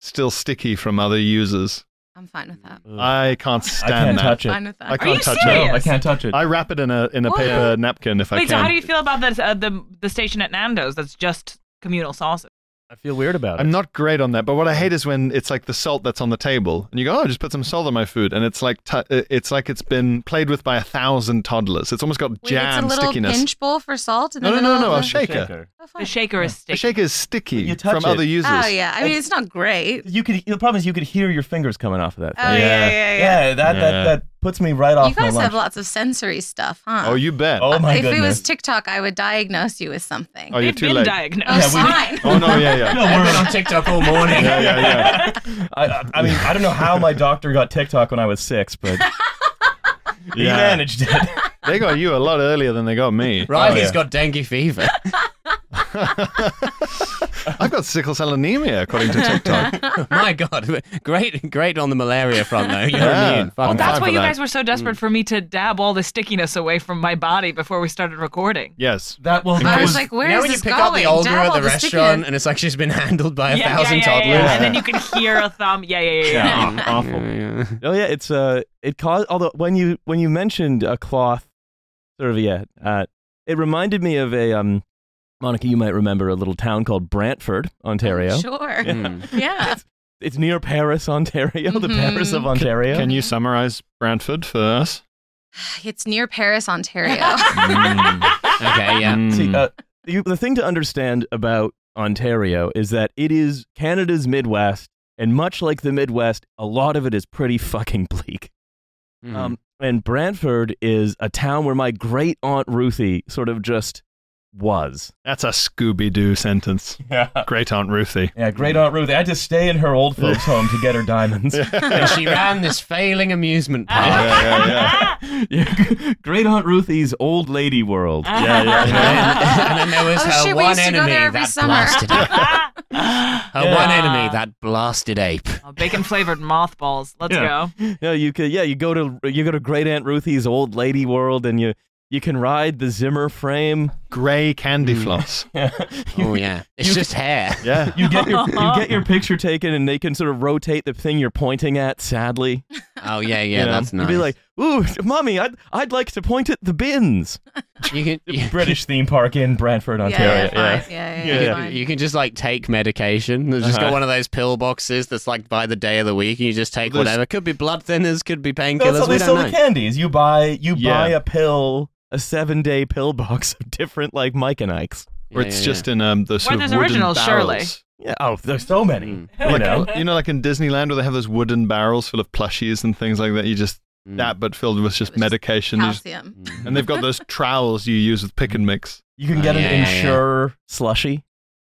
B: Still sticky from other users.
F: I'm fine with that.
B: I can't
D: I
B: stand
D: can't
B: that.
D: touch it.
F: Fine with that.
B: I
E: Are you
B: can't touch
E: serious?
B: it.
D: I can't touch it.
B: I wrap it in a in a
E: What?
B: paper napkin if I
E: Wait,
B: can.
E: so how do you feel about this, uh, the the station at Nando's that's just communal sauces?
D: I feel weird about
B: I'm not great on that, but what I hate is when it's like the salt that's on the table, and you go, "Oh, just put some salt on my food," and it's like t- it's like it's been played with by a thousand toddlers. It's almost got
F: Wait, it's a
B: jam
F: little
B: stickiness.
F: pinch bowl for salt. In
B: No,
F: the
B: no, no,
F: middle
B: no,
F: of
B: I'll
F: the-
B: shake it.
F: Oh,
E: The
F: fine.
E: shaker is
B: The
E: sticky.
B: shaker is
D: You
B: sticky
D: touch
B: from
D: it.
B: other users.
F: Oh yeah. I mean,
D: And-
F: it's not great.
D: You could. The problem is you could hear your fingers coming off of that.
F: Oh
D: Thing.
F: yeah, yeah, yeah.
D: that,
B: Yeah.
D: that that puts me right off
F: You
D: my
F: guys
D: lunch.
F: have lots of sensory stuff, huh?
B: Oh, you bet.
D: oh my
F: if
D: goodness.
F: it was TikTok, I would diagnose you with something.
B: Oh,
E: They've
B: you're too
E: been
B: late.
F: oh,
E: diagnosed.
D: we-
F: fine.
B: (laughs) oh no, yeah, (laughs) yeah,
D: No, we're-
C: I've been on TikTok all morning.
B: (laughs) yeah, yeah, yeah.
D: (laughs) I, I mean, I don't know how my doctor got TikTok when I was
B: (laughs)
D: six, but he
B: Yeah. (laughs)
D: managed it.
B: They got you a lot earlier than they got
D: (laughs)
B: me.
C: Riley's
D: Oh, yeah.
C: got dengue fever.
B: Oh, I've got sickle cell anemia, according to
C: (laughs)
B: TikTok.
C: My God, great, great on the malaria front though. You're
B: Yeah.
C: immune. Fuck
E: Well,
B: I'm
E: that's
B: fine
E: why
B: for
E: you
B: that. Mm.
E: guys were so desperate for me to dab all the stickiness away from my body before we started recording.
B: Yes.
D: That will.
F: I was like,
C: You
F: where
C: know
F: is
C: when you
F: this
C: pick
F: going?
C: up the older
F: Dab
C: at
F: all
C: the, restaurant
F: stickiness.
C: and it's like she's been (laughs) handled by a thousand
E: yeah, yeah,
C: toddlers. (laughs)
E: And then you could hear a thumb. Yeah, yeah, yeah. yeah.
B: Yeah. (laughs) Awful.
F: (laughs)
D: Oh yeah, it's uh, it caused. Although when you when you mentioned a cloth serviette, uh, it reminded me of a um, Monica. You might remember a little town called Brantford, Ontario.
F: Oh, Sure. Yeah.
C: Mm.
D: It's near Paris, Ontario, the
F: Mhm.
D: Paris of Ontario.
B: Can you summarize Brantford for us?
F: It's near Paris, Ontario.
C: (laughs) Okay, yeah.
D: See,
B: Mm.
D: uh, you, the thing to understand about Ontario is that it is Canada's Midwest, and much like the Midwest, a lot of it is pretty fucking (laughs) bleak. Um, and Brantford is a town where my great aunt Ruthie sort of just was.
B: That's a Scooby Doo sentence.
D: Yeah.
B: Great Aunt Ruthie.
D: Yeah, great aunt Ruthie. I had to stay in her old (laughs) folks' home to get her diamonds.
C: (laughs) and she ran this failing amusement park.
F: Uh-huh.
B: yeah,
D: (laughs) Yeah, Great aunt Ruthie's old lady world.
B: (laughs) yeah,
C: (laughs)
B: yeah.
C: and, then, and then there was
F: Oh,
C: her
F: shit, we
C: one
F: used to go
C: enemy
F: there every
C: that
F: summer.
C: blasted her.
E: (laughs)
F: (laughs)
C: Her
D: Yeah.
C: one enemy, that blasted ape.
E: Oh, bacon flavored mothballs. Let's
D: Yeah.
E: go.
D: No, you could. Yeah, you go to you go to Great Aunt Ruthie's old lady world, and you you can ride the Zimmer frame.
B: Grey candy
C: Mm.
B: floss.
D: you,
C: Oh yeah, it's
D: you-
C: just hair.
B: Yeah.
D: (laughs) you get your you get (laughs) your picture taken, and they can sort of rotate the thing you're pointing at. Sadly,
C: Oh yeah, yeah,
D: you know?
C: that's nice.
D: You'd be like, "Ooh, (laughs) mommy, I'd I'd like to point at
C: (laughs)
D: the bins."
C: you
D: (laughs)
C: can you,
D: British theme park in Brantford,
F: yeah,
D: Ontario.
F: yeah, fine. yeah, yeah, yeah,
D: Yeah.
F: fine.
C: you can just like take medication. There's just
D: Uh-huh.
C: got one of those pill boxes that's like by the day of the week, and you just take
B: Well, there's-
C: whatever. Could be blood thinners, could be
D: That's how
C: painkillers.
D: they
C: We
D: sell
C: don't
D: the
C: know.
D: candies. You buy you
B: Yeah.
D: buy a pill, a seven day pill box of different like Mike and Ike's.
B: Or
C: Yeah,
B: it's
C: yeah,
B: just in um, the sort
E: there's
B: of wooden
E: originals, surely.
B: barrels.
D: Yeah. Oh, there's so
C: yeah.
D: many.
C: Mm.
D: You know.
B: Like, you know, like in Disneyland where they have those wooden barrels full of plushies and things like that. You just
C: Mm.
B: that, but filled with just
F: With just
B: medication. You just-
F: Calcium.
C: Mm.
B: and they've got those trowels you use with pick and mix.
D: You can
C: Oh,
D: get an
C: yeah, yeah, yeah.
D: insurer slushy.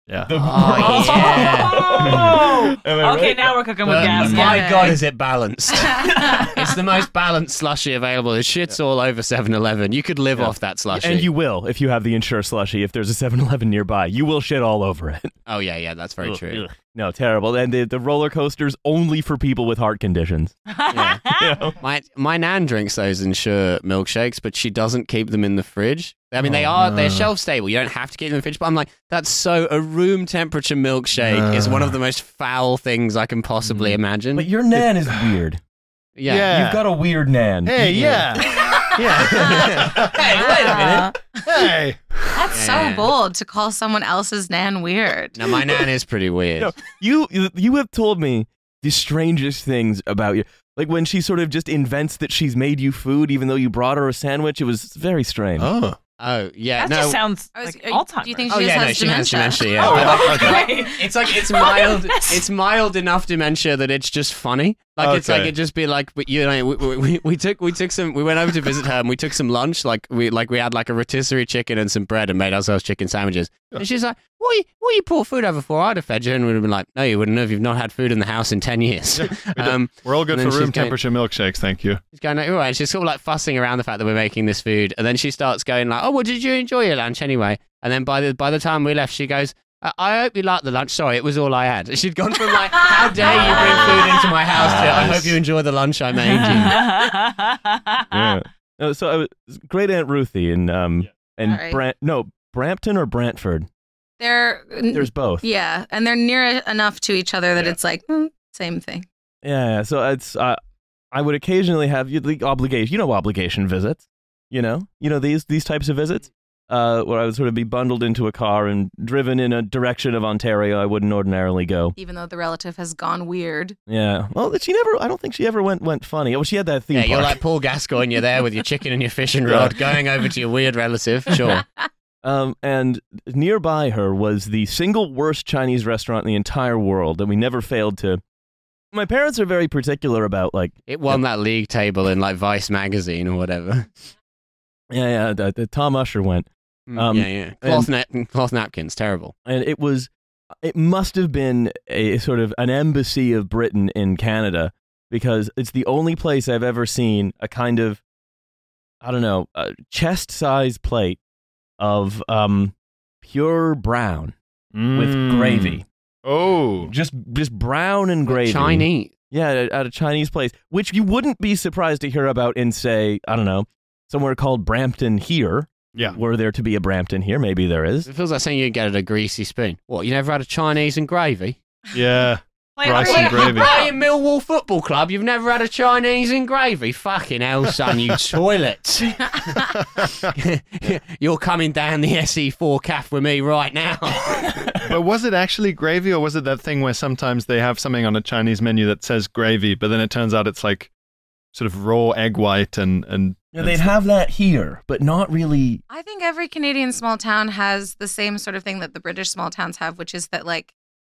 B: Yeah.
E: (laughs)
C: Oh, (laughs) (laughs) yeah.
E: Oh!
D: Am I
E: okay,
D: right?
E: now we're cooking with
C: But
E: gas.
F: yeah.
C: my god, is it
D: (laughs)
C: balanced?
F: yeah,
C: it's the most balanced slushy available. It shits all over 7-Eleven. You could live
D: Yeah.
C: off that slushy.
D: And you will if you have the insurer slushy. If there's a 7-Eleven nearby, you will shit all over it.
C: oh yeah, yeah, that's very
D: Ugh,
C: true.
D: ugh. No, terrible. And the, the roller coasters only for people with heart conditions. (laughs)
C: Yeah.
D: You know?
C: My my nan drinks those Ensure milkshakes, but she doesn't keep them in the fridge. I mean, they
D: Oh,
C: are they're
D: no.
C: shelf stable. You don't have to keep them in the fridge. But I'm like, that's so a room temperature milkshake is one of the most foul things I can possibly imagine.
D: Mm. But your nan is weird.
C: yeah.
D: You've got a weird nan.
B: Hey, yeah. yeah. hey.
F: Uh, That's
C: Yeah.
F: so bold to call someone else's nan weird.
C: Now my nan is pretty weird.
D: (laughs) No. You you- you have told me the strangest things about you. Like when she sort of just invents that she's made you food, even though you brought her a sandwich. It was very
B: (laughs)
D: strange.
B: Oh.
C: Oh yeah,
E: That
C: no.
E: just sounds
F: I was-
E: like
F: are you-
E: Alzheimer's.
F: uh, do you think
C: oh
F: she just
C: yeah, no,
F: has
C: she has
F: dementia.
C: dementia. Yeah.
B: Oh,
C: But, like,
E: Great. (laughs)
C: It's like it's mild. It's mild enough dementia that it's just funny. Like it's like
B: Okay.
C: it just be like, but you know, we, we, we took we took some. We went over to visit her and we took some lunch. Like we like we had like a rotisserie chicken and some bread and made ourselves chicken sandwiches. And she's like, "What you, what you pour food over for?" I'd have fed you, and we'd have been like, "No, you wouldn't have. You've not had food in the house in ten years." um,
B: We're all good
C: And then
B: for
C: she's
B: room
C: going-
B: temperature milkshakes, thank you.
C: she's going, like, "All right." She's sort of like fussing around the fact that we're making this food, and then she starts going like, "Oh, well, did you enjoy your lunch anyway?" And then by the by the time we left, she goes. "I- I hope you liked the lunch. Sorry, it was all I had. (laughs) She'd gone from like, "How dare you bring food into my house?" to "I hope you enjoy the lunch I made
E: (laughs)
C: you."
F: Ah.
D: Yeah. No, so I was great Aunt Ruthie and um and
F: All right.
D: Brant no Brampton or Brantford.
F: They're
D: There's both. Yeah.
F: yeah, and they're near enough to each other that it's like mm, same thing.
D: yeah. So it's uh, I would occasionally have you the obligation. You know obligation visits. You know you know these these types of visits. Uh, where I would sort of be bundled into a car and driven in a direction of Ontario I wouldn't ordinarily go.
F: Even though the relative has gone weird.
D: Yeah. Well, she never. I don't think she ever went went funny. Well, she had that (laughs) theme
C: Yeah,
D: park.
C: you're like Paul Gascoigne. You're there with your chicken and your fishing
D: (laughs)
C: rod, going over to your weird relative. Sure.
D: Um, and nearby her was the single worst Chinese restaurant in the entire world that we never failed to. My parents are very particular about like,
C: It won that league table in like Vice magazine or whatever.
D: yeah, yeah. The, the Tom Usher went, Um,
C: yeah, yeah. Cloth, na- cloth napkins, terrible.
D: and it was, it must have been a sort of an embassy of Britain in Canada because it's the only place I've ever seen a kind of, I don't know, a chest size plate of um, pure brown with
B: Mm.
D: gravy,
B: Oh.
D: just just brown and gravy.
C: Chinese.
D: Yeah, at- at a Chinese place, which you wouldn't be surprised to hear about in, say, I don't know, somewhere called Brampton here.
B: Yeah.
D: Were there to be a Brampton here? Maybe there is.
C: It feels like saying you get at a greasy spoon. What, you never had a Chinese and gravy?
B: Yeah.
E: Play it
B: Rice
E: up.
B: and gravy.
C: Play in Millwall Football Club, you've never had a Chinese and gravy? Fucking hell, son, you toilet. (laughs) You're coming down the SE4 calf with me right now.
B: (laughs) but was it actually gravy or was it that thing where sometimes they have something on a Chinese menu that says gravy, but then it turns out it's like sort of raw egg white and. and and
D: have that here, but not really.
F: I think every Canadian small town has the same sort of thing that the British small towns have, which is that like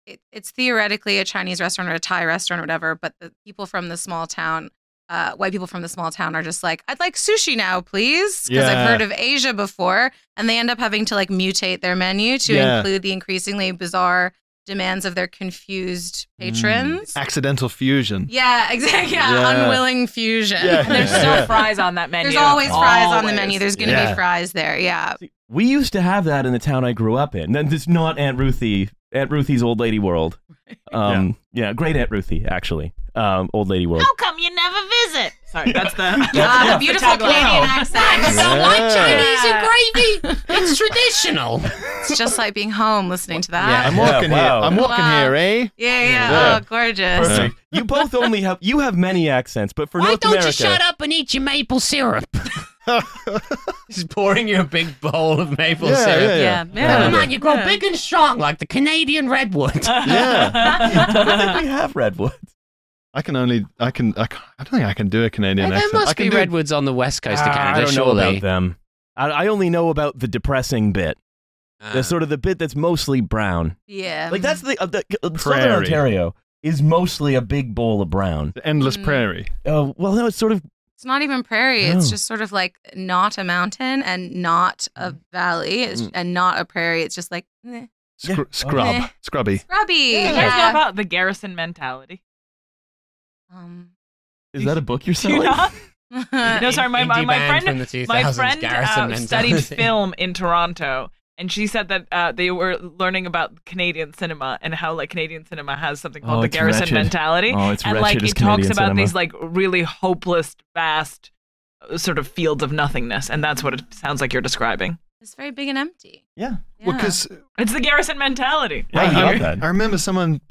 F: it, it's theoretically a Chinese restaurant or a Thai restaurant or whatever, but the people from the small town, uh, white people from the small town are just like, I'd like sushi now, please, because
B: Yeah.
F: I've heard of Asia before, and they end up having to like mutate their menu to
B: Yeah.
F: include the increasingly bizarre demands of their confused
B: Mm.
F: patrons.
B: accidental fusion.
F: Yeah, (laughs) exactly. Yeah,
B: Yeah.
F: unwilling fusion.
B: Yeah.
E: And (laughs) There's
F: (laughs) There's,
E: still
B: Yeah.
E: fries on that (laughs) menu.
F: there's always fries on the
E: Always.
F: menu. There's gonna
B: Yeah.
F: be fries there. Yeah.
D: We used to have that in the town I grew up in. And it's not Aunt Ruthie Aunt Ruthie's Old Lady World. Um, yeah. great Aunt Ruthie, actually. Um, old Lady World.
G: How come you never visit? Sorry, that's the.
E: (laughs)
F: Ah, the beautiful
G: tagline.
F: Canadian accent.
B: Yeah.
G: Chinese and gravy.
C: It's traditional.
F: (laughs) It's just like being home listening to
C: Yeah.
F: that.
B: I'm walking
D: wow. Uh-huh.
B: here. I'm walking
F: Wow.
B: here, eh?
F: Yeah, yeah.
B: Yeah.
F: Oh, gorgeous.
D: Perfect. You both only have you have many accents, but for North America,
C: up and eat your maple syrup? She's pouring you a big bowl of maple
B: Yeah,
C: syrup.
B: yeah,
F: Yeah.
B: yeah.
F: Yeah.
C: on, you grow big and strong like the Canadian redwood.
E: (laughs)
B: Yeah.
D: I don't think we have redwoods.
B: I can only. I can. I, can't- I don't think I can do a Canadian
C: there
B: accent. I
C: must
B: can
C: be
B: do,
C: redwoods on the west coast of
D: Ah,
C: Canada,
D: I don't
C: surely.
D: know about them. I, I only know about the depressing bit. the sort of the bit that's mostly brown.
F: Yeah.
E: Um,
D: Like that's the, uh, the uh, Southern
B: Prairie.
D: Ontario is mostly a big bowl of brown.
B: the endless
F: Mm.
B: prairie.
D: Uh, well, no, it's sort of
F: It's not even prairie. It's
D: No.
F: just sort of like not a mountain and not a valley it's,
D: Mm.
F: and not a prairie. It's just like eh,
B: Scr-
D: Yeah.
B: Scrub.
F: Eh.
B: Scrubby.
F: scrubby.
E: You
F: Yeah.
E: guys know about the garrison mentality?
F: Um,
D: is that a book you're
E: (laughs) Do you
D: selling?
E: not? No, sorry, my, my,
C: Indie
E: my
C: band
E: friend
C: from the
E: my
C: 2000s,
E: friend
C: Garrison
E: uh,
C: and
E: studied
C: Dorothy.
E: film in Toronto, and she said that uh, they were learning about Canadian cinema and how like Canadian cinema has something
D: Oh,
E: called the
D: it's
E: Garrison
D: wretched.
E: mentality,
D: Oh, it's
E: and
D: wretched
E: like
D: as
E: it talks
D: Canadian
E: about
D: cinema.
E: these like really hopeless, vast uh, sort of fields of nothingness, and that's what it sounds like you're describing.
F: (laughs) it's very big and empty.
D: Yeah,
B: Well,
F: Yeah.
B: 'cause
E: It's the Garrison mentality.
D: Yeah, I love that.
B: I remember someone.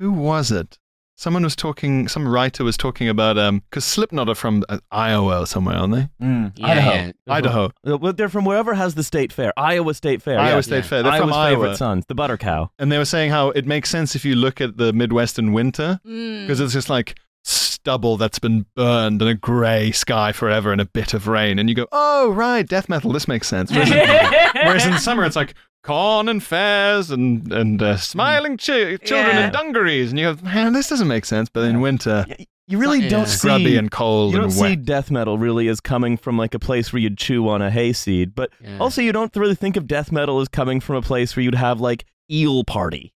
B: Who was it? Someone was talking. Some writer was talking about um because Slipknot are from uh, Iowa or somewhere, aren't they?
D: Mm,
C: Yeah,
D: Idaho.
C: yeah.
B: Idaho,
D: Uh, Well, they're from wherever has the state fair. Iowa State Fair.
B: Iowa
D: yeah.
B: State
C: Yeah.
B: Fair. They're from
D: Iowa's
B: Iowa,
D: favorite sons, the butter cow.
B: and they were saying how it makes sense if you look at the Midwestern winter
F: Mm.
B: because it's just like stubble that's been burned and a grey sky forever and a bit of rain, and you go, oh right, death metal. This makes
E: (laughs)
B: sense. Whereas
D: (laughs)
B: in, whereas (laughs) in summer, it's like corn and fairs and and uh, smiling chi- children
F: Yeah.
B: and dungarees, and you go, man, this doesn't make sense. But in winter.
D: You really
C: Yeah.
D: don't
B: scrubby
D: see
B: and cold
D: you don't
B: and
D: see
B: wet.
D: death metal really as coming from like a place where you'd chew on a hayseed, but
C: Yeah.
D: also you don't really think of death metal as coming from a place where you'd have like eel party.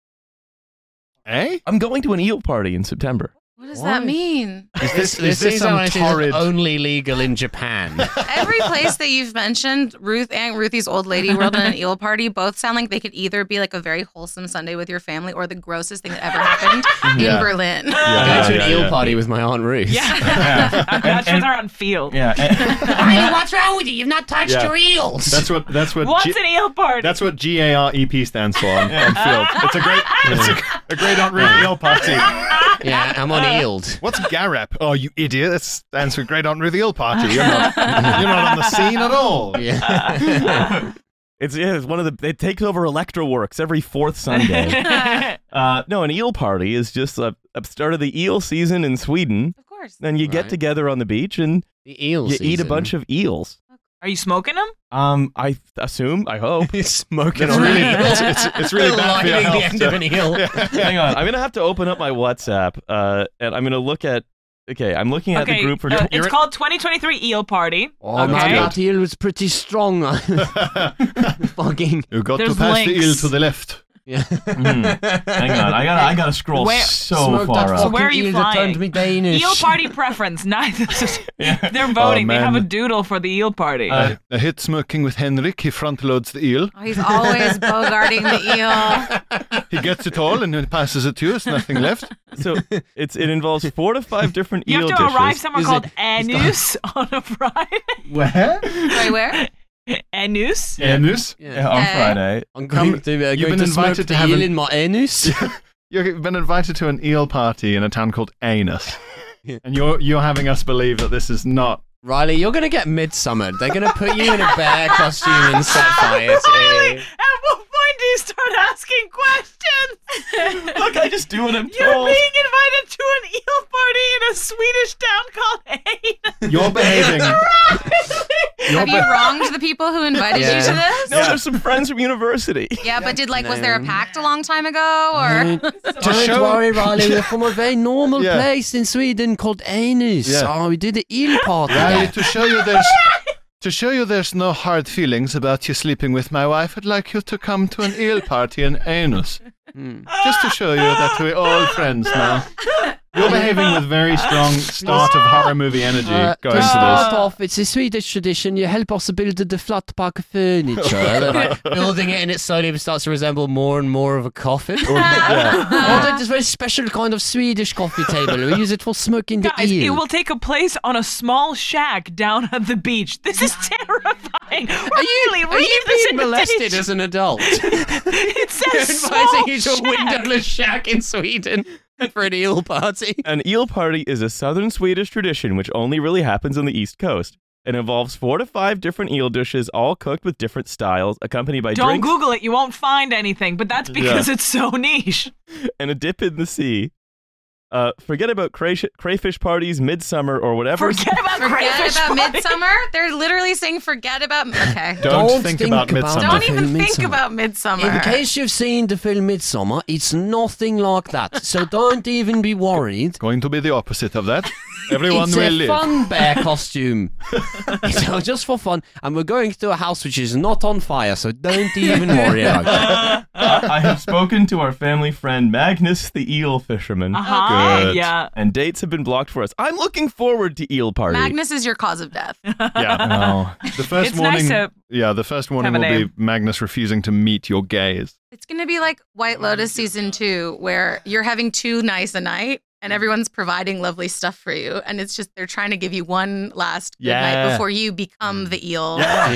B: Eh?
D: I'm going to an eel party in September.
F: What does
B: Why?
F: that mean?
B: Is this, is
C: season
B: this some
C: honestly is
B: torrid?
C: only legal in
B: (laughs)
C: Japan.
F: Every place that you've mentioned, Ruth and Ruthie's old lady world and an eel party, both sound like they could either be like a very wholesome Sunday with your family or the grossest thing that ever happened in
B: Yeah.
F: Berlin.
C: Going to an
B: yeah,
C: eel
B: yeah.
C: party with my aunt Ruth. (laughs)
E: Yeah, (laughs) our bachelors are on field.
C: what's wrong with you? You've not touched
B: Yeah.
C: your eels.
B: eh, That's what. That's what.
E: What's
B: G-
E: an eel party?
B: that's what G A R E P stands for
C: (laughs)
B: on, on field. It's a great. (laughs) It's a, a great Aunt Ruth eel
C: (laughs)
B: party.
C: yeah, I'm on eeled.
B: What's Garap? Oh, you idiot! That stands for Great Aunt Ruth eel party.
C: (laughs)
B: You're not. You're not on the scene at all. (laughs)
C: Yeah.
D: It's, yeah, it's one of the. It takes over Electra Works every fourth Sunday.
C: (laughs)
D: (laughs) uh, no, an eel party is just a, a start of the eel season in Sweden.
F: Of course.
D: Then you get
C: Right.
D: together on the beach and
C: the eel
D: you eat a bunch of eels.
E: Are you smoking them?
D: Um, I th- assume. I (laughs) hope.
C: He's smoking
B: It's
C: on
B: really.
C: it.
B: It's, it's, it's really bad for your
C: Lighting (laughs) the
B: health.
C: end of an eel.
D: Hang on. I'm gonna have to open up my WhatsApp. Uh, and I'm gonna look at. Okay, I'm looking at
E: okay,
D: the group for.
E: uh,
D: you're-
E: it's called 2023 Eel Party.
C: Oh, my
E: Okay.
C: that eel was pretty strong. (laughs)
B: (laughs)
C: Fucking.
B: You got
E: There's
B: to pass the
E: links.
B: eel to the left.
C: Yeah.
D: Mhm. Hang on. I gotta. I gotta scroll
E: Where-
D: so far
E: So
D: up.
E: where are you flying?
C: Danish.
E: Eel E party preference. (laughs) Neither. They're voting. they have a
B: man.
E: doodle for the eel party.
D: Uh,
B: I hit smoking with Henrik. He front loads the eel.
F: Oh, he's always bogarting the (laughs) eel.
B: He gets it all and then passes it to you. There's nothing left.
E: (laughs)
D: So it's it involves four to five different
E: you
D: eel
E: have to
D: dishes.
E: arrive somewhere
C: Is
E: called
C: it-
E: Anus (laughs) on a Friday.
B: Where?
F: Sorry, where?
E: Anus.
B: Anus.
D: Yeah,
C: Yeah.
D: on
F: Uh,
D: Friday.
C: I'm going to, uh,
B: You've
C: going
B: been
C: to smoke
B: invited to
C: the
B: have
C: eel
B: an-
C: in my
B: (laughs)
C: anus.
B: You've been invited to an eel party in a town called Anus, and you're you're having us believe that this is not.
C: Riley, you're going to get midsummer. They're going to put you in a bear costume and set fire (laughs) to
E: Riley,
C: you.
E: at what point do you start asking questions?
D: (laughs) Look, I just do what I'm
E: You're
D: told.
E: being invited to an eel party in a Swedish town called Anus.
B: You're behaving. you're
F: Have you
B: be-
F: wronged the people who invited you to
C: Yeah.
F: this?
D: No, there's some friends from university.
F: Yeah, but did like was there a pact a long time ago or
B: To show-
C: (laughs) Riley. We're from a very normal
B: Yeah.
C: place in Sweden called Anus.
B: Yeah.
C: Oh, we did the eel party.
B: Riley, to show you there's to show you there's no hard feelings about you sleeping with my wife, I'd like you to come to an eel party in Anus.
C: Hmm.
B: Just to show you that we're all friends now. You're behaving with very strong start of horror movie energy
H: Uh,
B: going
H: to
B: to
H: start off, it's a Swedish tradition. You help us build the flat pack
C: (laughs)
H: furniture.
C: And then, like, building it, and it slowly starts to resemble more and more of a coffin.
B: this. Or-
C: (laughs)
B: yeah.
H: Although it's a very special kind of Swedish coffee table. We use it for smoking the
E: Guys, it
H: eel.
E: will take a place on a small shack down at the beach. This is terrifying. Are really,
C: Are you
E: this
C: being molested
E: invitation.
C: as an adult?
E: (laughs)
C: (laughs)
E: It says small
C: Inviting you to a windowless shack in Sweden for an eel party.
D: An eel party is a southern Swedish tradition which only really happens on the East Coast. It involves four to five different eel dishes, all cooked with different styles, accompanied by
E: Don't
D: drinks
E: Google it. You won't find anything. But that's because it's so niche.
D: and a dip in the sea. Uh, forget about craysh crayfish parties, midsummer, or whatever. (laughs)
E: Forget about
F: Forget
E: crayfish
F: about
E: party. (laughs)
F: Midsummer. They're literally saying forget about. Okay.
B: Don't, think, about Midsummer.
F: Don't
H: it.
F: even think
H: Midsummer.
F: about Midsummer.
H: In case you've seen the film Midsummer, it's nothing like that. So don't even be worried.
B: Going to be the opposite of
H: (laughs)
B: that. Everyone
H: it's a
B: will live.
H: fun bear costume. (laughs) so just for fun, and we're going to a house which is not on fire. So don't even worry about it.
D: Uh, I have spoken to our family friend Magnus, the eel fisherman,
E: Uh-huh,
B: Good.
E: Yeah. (laughs)
D: and dates have been blocked for us. I'm looking forward to eel party.
F: Magnus is your cause of death.
B: Yeah.
H: (laughs)
E: (laughs)
D: Oh.
B: The first
E: It's nice
B: warning.
E: to
B: yeah, the first warning
E: have
B: will
E: a
B: be Magnus refusing to meet your gaze.
F: It's going to be like White Lotus season two, where you're having two nights a night and everyone's providing lovely stuff for you. And it's just they're trying to give you one last good night
D: Yeah.
F: before you become the eel
C: Yeah,
F: that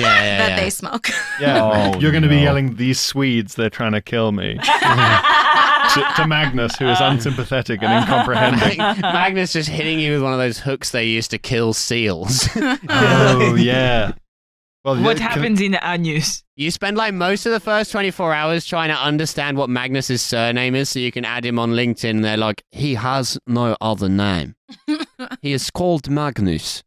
C: yeah,
F: they
C: yeah.
F: smoke. (laughs)
B: Yeah, (laughs)
D: Oh,
B: you're going to be
D: no.
B: yelling, "These Swedes, they're trying to kill me,"
D: (laughs)
B: to, to Magnus, who is unsympathetic
H: (laughs)
C: (laughs)
B: and incomprehending.
C: Mag- Magnus just hitting you with one of those hooks they use to kill seals.
B: oh yeah. Well,
E: What
B: yeah, can-
E: happens in the news?
C: You spend like most of the first 24 hours trying to understand what Magnus's surname is so you can add him on LinkedIn. They're like,
H: He has no other name. he is called Magnus.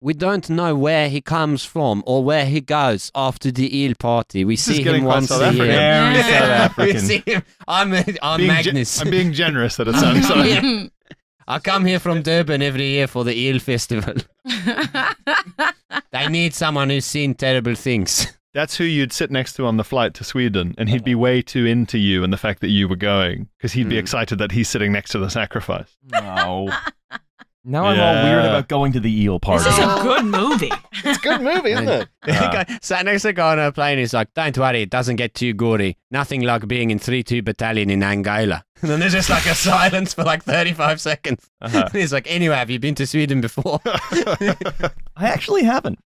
H: We don't know where he comes from or where he goes after the eel party. We
B: This is
H: see
B: getting
H: him
B: quite
H: once
B: South
H: a
B: African.
H: year.
D: Very
C: (laughs)
D: South
C: We
D: African.
C: see him. I'm, I'm
B: being ge-
C: Magnus.
B: I'm being generous at a time. Sorry.
C: I come here from Durban every year for the eel festival. They need someone who's seen terrible things.
B: That's who you'd sit next to on the flight to Sweden, and he'd be way too into you and the fact that you were going, because he'd be
C: Hmm.
B: excited that he's sitting next to the sacrifice.
D: No. Now I'm all
B: Yeah.
D: weird about going to the eel party.
E: This is a good movie.
B: It's a good Ah. movie,
C: (laughs)
B: isn't it?
D: Uh,
C: Sat next to a guy on a plane, he's like, Don't worry, it doesn't get too gory. Nothing like being in 3 2 battalion in Angola. (laughs) And then there's just like a silence for like 35 seconds.
D: uh-huh.
C: And (laughs) he's like, Anyway, have you been to Sweden
B: (laughs)
C: before? (laughs)
D: I actually haven't.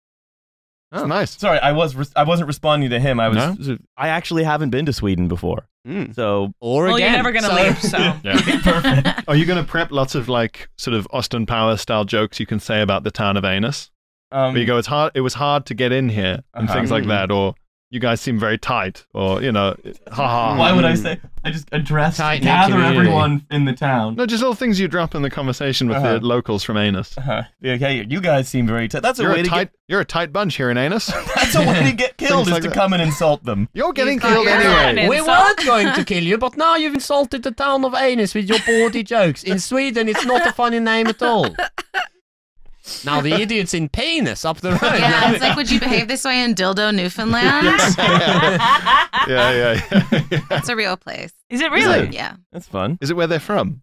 B: That's
C: Oh.
B: nice.
D: Sorry, I was res- I wasn't responding to him. I was
B: No?
D: I actually haven't been to Sweden before.
E: Hmm.
C: Mm.
D: So
C: Or
E: Well, you're
C: again.
E: never gonna
C: So- (laughs)
E: leave, so
B: Are you going to prep lots of like sort of Austin Powers style jokes you can say about the town of Anus?
D: um,
B: Where you go, it's hard. It was hard to get in here, and
D: Uh-huh.
B: things like that, or you guys seem very tight, or you know, ha ha.
D: Why would I say? I just address
C: Tight-knit
D: gather
C: community.
D: everyone in the town.
B: No, just little things you drop in the conversation with
D: Uh-huh.
B: the locals from Anus.
D: Uh-huh. Yeah, hey, you guys seem very. T- that's a
B: You're
D: way
B: a
D: to
B: tight.
D: get.
B: You're a tight bunch here in Anus.
D: (laughs) That's a way to (laughs) get killed
B: Things
D: is
B: like
D: to
B: that.
D: come and insult them.
B: You're getting
F: got
B: killed
F: your
B: anyway. (laughs)
E: hand in.
H: We
E: So-
H: weren't going
F: (laughs)
H: to kill you, but now you've insulted the town of Anus with your bawdy jokes. In Sweden, it's not a funny name at
F: (laughs)
H: all.
C: Now the idiot's in penis up the road.
F: yeah,
C: (laughs)
F: it's like, would you behave this way in Dildo, Newfoundland?
B: yeah, yeah, (laughs) yeah.
F: It's a real place.
E: Is it really?
F: Yeah.
D: That's fun.
B: Is it where they're from?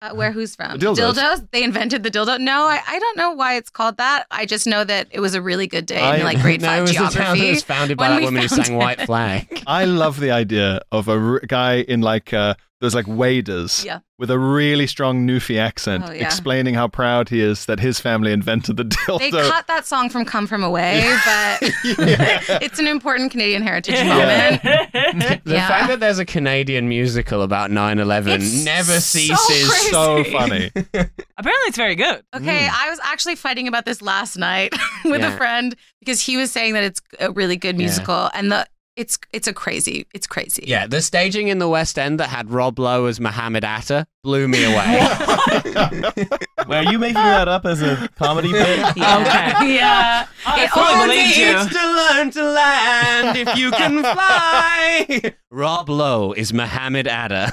F: Uh, where who's from?
B: The dildos.
F: They invented the dildo. No, I, I don't know why it's called that. I just know that it was a really good day in like
C: (laughs)
F: grade
C: no,
F: five
C: it was the town that
F: geography.
C: was founded by
F: when
C: that
F: we
C: woman who
F: found
C: sang
F: it.
C: White Flag.
B: I love the idea of a r- guy in like uh, those like waders
F: Yeah.
B: with a really strong Newfie accent,
F: Oh, yeah.
B: explaining how proud he is that his family invented the dildo.
F: They cut that song from Come From Away,
C: (laughs)
F: but it's an important Canadian heritage moment.
C: The
F: Yeah.
C: fact that there's a Canadian musical about 9 11
F: It's
C: never
F: so
C: ceases.
F: crazy.
B: so funny.
F: (laughs)
E: Apparently, it's very good.
F: Okay, I was actually fighting about this last night (laughs) with
C: Mm. Yeah.
F: a friend because he was saying that it's a really good musical and the it's it's a crazy it's crazy.
C: Yeah, the staging in the West End that had Rob Lowe as Mohammed Atta blew me (laughs) away.
D: (laughs) Wait, Are you making that up as a comedy bit?
E: Okay. (laughs) Yeah. I
F: It
E: fully
F: only
E: believe you.
C: It's to learn to land if you (laughs) can fly. Rob Lowe is Mohammed (laughs) Atta.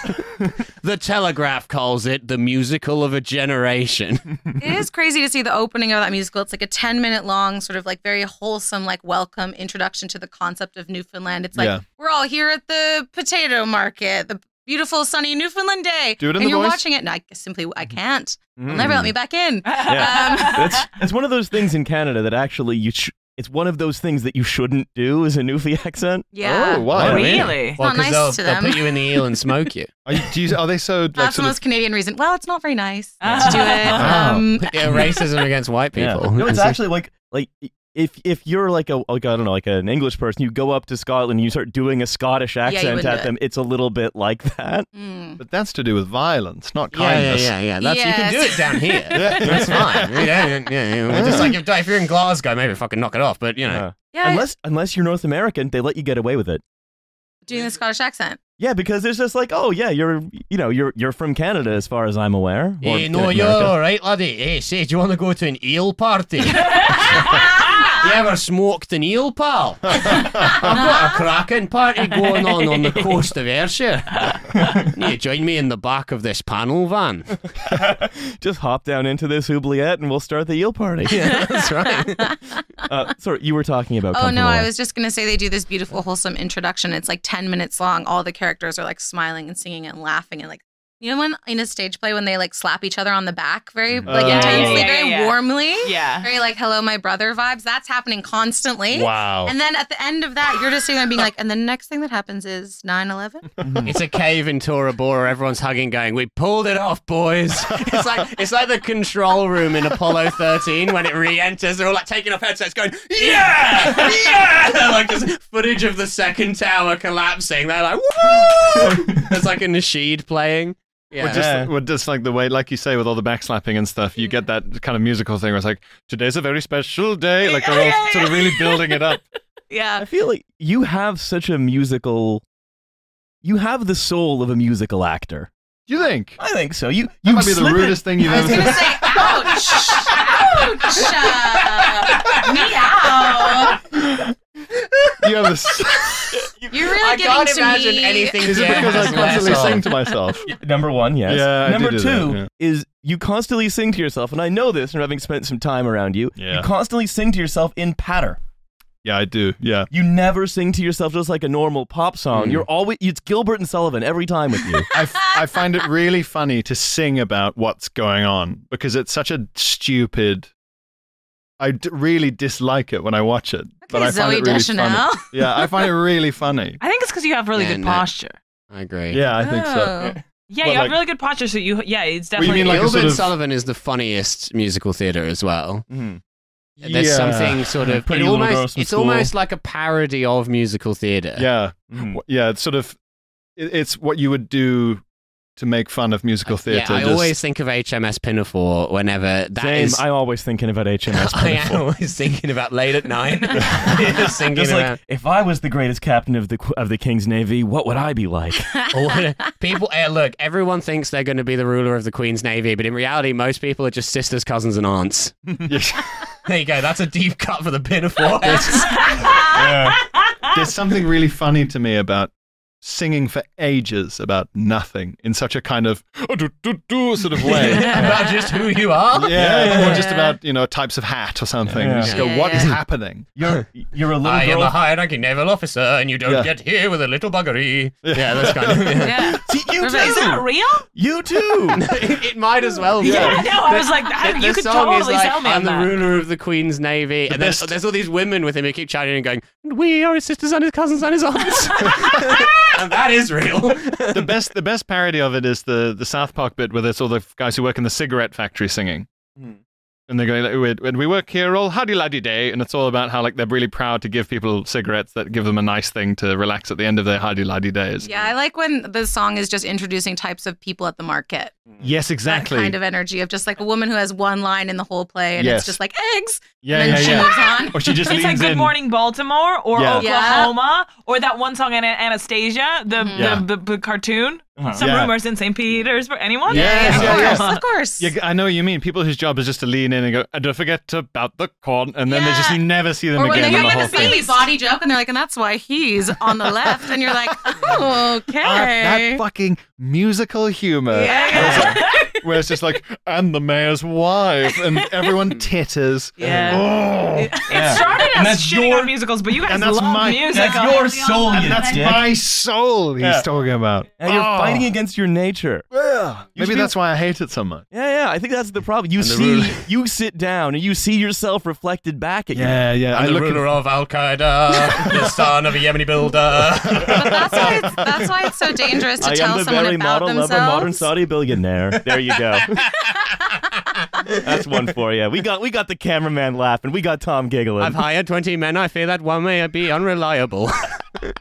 C: the Telegraph calls it the musical of a generation.
F: It is crazy to see the opening of that musical. It's like a 10 minute long, sort of like very wholesome, like welcome introduction to the concept of Newfoundland. It's like,
B: Yeah.
F: we're all here at the potato market, the beautiful sunny Newfoundland day.
B: Do it in
F: and
B: the
F: you're
B: voice. Mm.
F: watching it. And I simply, I can't. They'll never let me back in.
D: Oh,
F: Um,
D: (laughs) That's that's one of those things in Canada that actually you sh- it's one of those things that you shouldn't do is a Newfie (laughs) accent.
F: Yeah.
B: Oh, why?
E: really?
F: not
C: 'cause
F: nice
C: they'll,
F: to
C: they'll
F: them.
C: put you in the eel and smoke you.
B: Are, you, do you, are they so like
F: That's the
B: sort of-
F: most Canadian reason. Well, it's not very nice to do it.
B: Wow.
F: Um,
C: Yeah, racism against white people.
D: Yeah. No, it's actually like like if if you're like a like I don't know like an English person, you go up to Scotland, you start doing a Scottish
F: you
D: accent
F: wouldn't do
D: at
F: it.
D: them. It's a little bit like that.
F: mm.
B: But that's to do with violence, not
C: Yeah, yeah,
B: kindness.
C: yeah, yeah. That's, You can do
F: Yes.
C: it down here.
B: Yeah.
C: That's (laughs) fine. (laughs) Yeah, yeah, yeah. yeah. We're Just like if, if you're in Glasgow, maybe fucking knock it off. But you know,
D: Uh,
F: Yeah,
D: Unless unless you're North American, they let you get away with it.
F: doing the Scottish accent.
D: Yeah, because it's just like, oh yeah, you're you know you're you're from Canada as far as I'm aware. or
C: hey, Eh, no,
D: America.
C: you're all right, laddie. Hey, say, do you want to go to an eel party? you ever smoked an eel, (laughs) pal? I've got a kraken party going on on the coast of (laughs) Ayrshire. you join me in the back of this panel van. (laughs)
D: just hop down into this oubliette and we'll start the eel party.
C: Yeah, that's right.
D: (laughs) uh, sorry, you were talking about.
F: Oh
D: Come
F: no,
D: From
F: I
D: Away.
F: was just gonna say they do this beautiful, wholesome introduction. It's like ten minutes long. All the characters are like smiling and singing and laughing and like you know when in a stage play when they like slap each other on the back very like
B: Oh.
F: intensely,
E: Yeah, yeah,
F: very
E: yeah.
F: warmly,
E: Yeah.
F: very like hello my brother vibes. That's happening constantly.
B: Wow.
F: And then at the end of that, you're just sitting there being like, and the next thing that happens is 9-11?
C: It's a cave in Tora Bora. Everyone's hugging, going, "We pulled it off,
F: (laughs)
C: boys." It's like it's like the control room in Apollo 13 when it re-enters. They're all like taking off headsets, going, "Yeah, yeah!" (laughs) Like just footage of the second tower collapsing. They're like, "Woo!" There's like a nasheed playing. Yeah.
B: Well, just,
D: Yeah.
B: well, just like the way, like you say, with all the backslapping and stuff, you get that kind of musical thing where it's like, today's a very special day. Like they're all sort of really building it up.
E: Yeah.
D: I feel like you have such a musical. You have the soul of a musical actor.
B: (laughs) You think?
D: I think so. You
B: That
D: you
B: might be the
D: slip it-
B: rudest thing you've
F: I
B: ever
F: was
B: said.
F: gonna say, ouch, ouch, uh, meow.
B: You
F: (laughs)
B: have this.
F: You're really
C: I
F: giving
C: can't
F: to
C: imagine
F: me.
C: anything.
B: Is it
C: Jan
B: because
C: has
B: I constantly
C: less on.
B: sing to myself?
D: Number one, yes.
B: Yeah, I
D: Number
B: do do
D: two
B: that,
D: is you constantly sing to yourself, and I know this from having spent some time around you.
B: Yeah.
D: You constantly sing to yourself in patter.
B: Yeah, I do. Yeah.
D: You never sing to yourself just like a normal pop song.
C: Mm.
D: You're always it's Gilbert and Sullivan every time with you.
B: I, f- I find it really funny to sing about what's going on because it's such a stupid. I d- really dislike it when I watch it, but I
F: Okay,
B: find
F: Zoe
B: it really funny.
F: Deschanel.
B: Yeah, I find it really
F: (laughs)
B: funny.
E: I think it's because you have really
C: Yeah,
E: good
C: no.
E: posture.
C: I agree.
B: Yeah, I think so.
F: Oh.
E: Yeah,
B: What,
E: you have
B: like-
E: really good posture. So you, yeah, it's
B: you
E: definitely.
B: mean, like, a
C: Gilbert
B: sort of-
C: Sullivan is the funniest musical theatre as well.
D: Mhm.
C: There's
B: Mm-hmm. Yeah.
C: something sort of
D: Pretty
C: it
D: Little Girls
C: almost,
D: from
C: it's
D: School.
C: almost like a parody of musical theatre.
B: Yeah. W- Yeah, it's sort of it, it's what you would do to make fun of musical theatre.
C: Yeah, I
B: just-
C: always think of HMS Pinafore whenever (laughs) that
D: Same.
C: is- (laughs)
D: I'm always thinking about HMS.
C: I am
D: Pinafore.
C: (laughs) always thinking about late at night. (laughs) Just thinking
D: Just
C: about
D: like if I was the greatest captain of the qu- of the King's Navy, what would I
C: (laughs)
D: be like?
C: Oh, people. eh, look, everyone thinks they're going to be the ruler of the Queen's Navy, but in reality, most people are just sisters, cousins, and aunts.
B: (laughs)
C: There you go. That's a deep cut for the (laughs) Pinafore.
E: (laughs)
B: (laughs) There's something really funny to me about singing for ages about nothing in such a kind of "Oh, do, do, do" sort of way. yeah,
C: about just who you are.
B: or just about you know types of hat or something.
D: Yeah.
B: You just go,
F: Yeah,
B: what is
F: yeah.
B: happening?
D: You're you're a little
C: I am
D: girl.
C: a high-ranking naval officer, and you don't
B: Yeah.
C: get here with a little buggery. Yeah, that's kind of.
E: Yeah.
D: See, you
E: Is that
D: too.
E: real?
C: (laughs)
D: You too.
C: it, it might as well. be.
E: Yeah, no, I was like,
C: The-
E: that,
C: the
E: you could
C: song
E: totally
C: is like,
E: sell me
C: I'm
E: on
C: the
E: that.
C: ruler of the Queen's Navy, and there's,
B: best.
C: there's all these women with him who keep shouting and going, "We are his sisters and his cousins and his aunts," (laughs) and that is real.
B: the best the best parody of it is the the South Park bit where there's all the guys who work in the cigarette factory singing. And they're going, like, we, we work here all howdy laddy day. And it's all about how, like, they're really proud to give people cigarettes that give them a nice thing to relax at the end of their howdy laddy days.
F: Yeah, I like when the song is just introducing types of people at the market.
B: Yes, exactly.
F: That kind of energy of just like a woman who has one line in the whole play and
B: Yes.
F: it's just like eggs.
B: yeah,
F: and
B: yeah,
F: then she
B: yeah.
F: moves on.
B: Or she
F: (laughs)
B: just leans
E: it's like Good
B: in.
E: Morning Baltimore or
B: Yeah.
E: Oklahoma or that one song in Anastasia, the,
F: Mhm.
E: the,
B: Yeah.
E: the, the, cartoon. Some
B: Yeah.
E: rumors in St. Petersburg. Anyone?
B: Yes,
F: of
B: Oh, yeah,
F: course,
B: yeah.
F: of course.
B: Yeah, I know what you mean. People whose job is just to lean in and go, and don't forget about the corn, and then they just
F: Yeah.
B: you never see them
F: Or when
B: again.
F: they
B: in the
F: have
B: whole
F: like a
B: thing.
F: silly body joke and they're like, and that's why he's on the left, and you're
B: (laughs)
F: like, oh,
B: Ah,
F: okay.
B: that fucking musical humor.
E: Yeah.
B: (laughs) Where it's just like, and the mayor's wife, and everyone titters.
E: Yeah.
B: Oh.
E: It started
D: And
E: as
D: that's
E: shitting
D: your-
E: on musicals, but you guys
B: and that's
E: love
B: my-
E: musicals.
D: That's your
E: (laughs)
D: soul, you
B: And that's
D: dick.
B: my soul he's
D: Yeah.
B: talking about.
D: and you're
B: Oh.
D: fighting against your nature. You
B: Maybe
D: should be-
B: that's why I hate it so much.
D: Yeah, yeah. I think that's the problem. You
C: And the
D: see,
C: ruler-
D: you sit down and you see yourself reflected back at you.
B: Yeah, yeah. I
C: I'm the
B: look at-
C: ruler of Al Qaeda, the son of a Yemeni builder.
F: But that's why it's that's why it's so dangerous to
D: I
F: tell
D: am the
F: someone
D: very
F: about
D: model
F: themselves.
D: of a modern Saudi billionaire. There you
F: (laughs)
D: go. That's one for you. We got we got the cameraman laughing. We got Tom giggling.
C: I've hired 20 men. I fear that one may be unreliable.
B: (laughs) I'm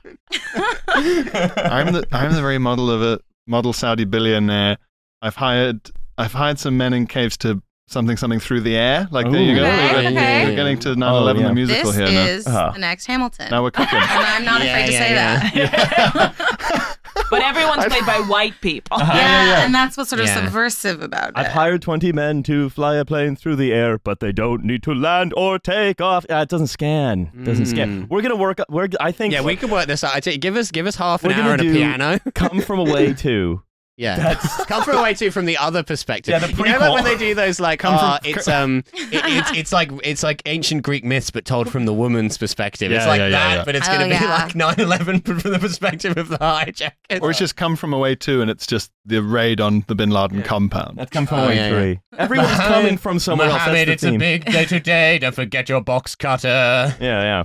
B: the I'm the very model of a model Saudi billionaire. I've hired I've hired some men in caves to something something through the air. Like there you go.
D: Ooh.
F: Okay,
B: We're-
F: okay.
B: We're getting to 9/11
D: yeah.
B: the musical
F: this
B: here
F: is
D: Uh-huh.
F: the next Hamilton.
B: now. Now we're cooking.
F: and I'm not afraid to say that.
E: But everyone's played by white people.
F: Yeah,
B: yeah, yeah.
F: and that's what's sort of
C: Yeah.
F: subversive about it.
D: I've hired 20 men to fly a plane through the air, but they don't need to land or take off. Uh, it doesn't scan. Doesn't scan. We're gonna work. We're. I think.
C: yeah, we could work this out. I tell you, give us give us half an
D: We're gonna
C: hour and a
D: do-
C: piano.
D: come from away too.
C: Yeah, (laughs) come from away too from the other perspective.
D: Yeah, the
C: you know,
D: prequel.
C: like when they do those like,
B: Come
C: ah,
B: from-
C: it's um, it,
E: (laughs)
C: it's it's like it's like ancient Greek myths, but told from the woman's perspective. it's
B: Yeah,
C: like
B: yeah, yeah,
C: that,
B: yeah.
C: but it's
F: Oh,
C: going to be
F: yeah.
C: like 9/11 (laughs) from the perspective of the hijackers.
B: Or it's just come from away too, and it's just the raid on the Bin Laden compound.
D: That's come from
C: Oh,
D: away
C: yeah, yeah.
D: three. (laughs) Everyone's coming from somewhere else. That's
C: Mohammed,
D: the
C: it's
D: theme.
C: a big day today. Don't forget your box cutter.
D: Yeah, yeah.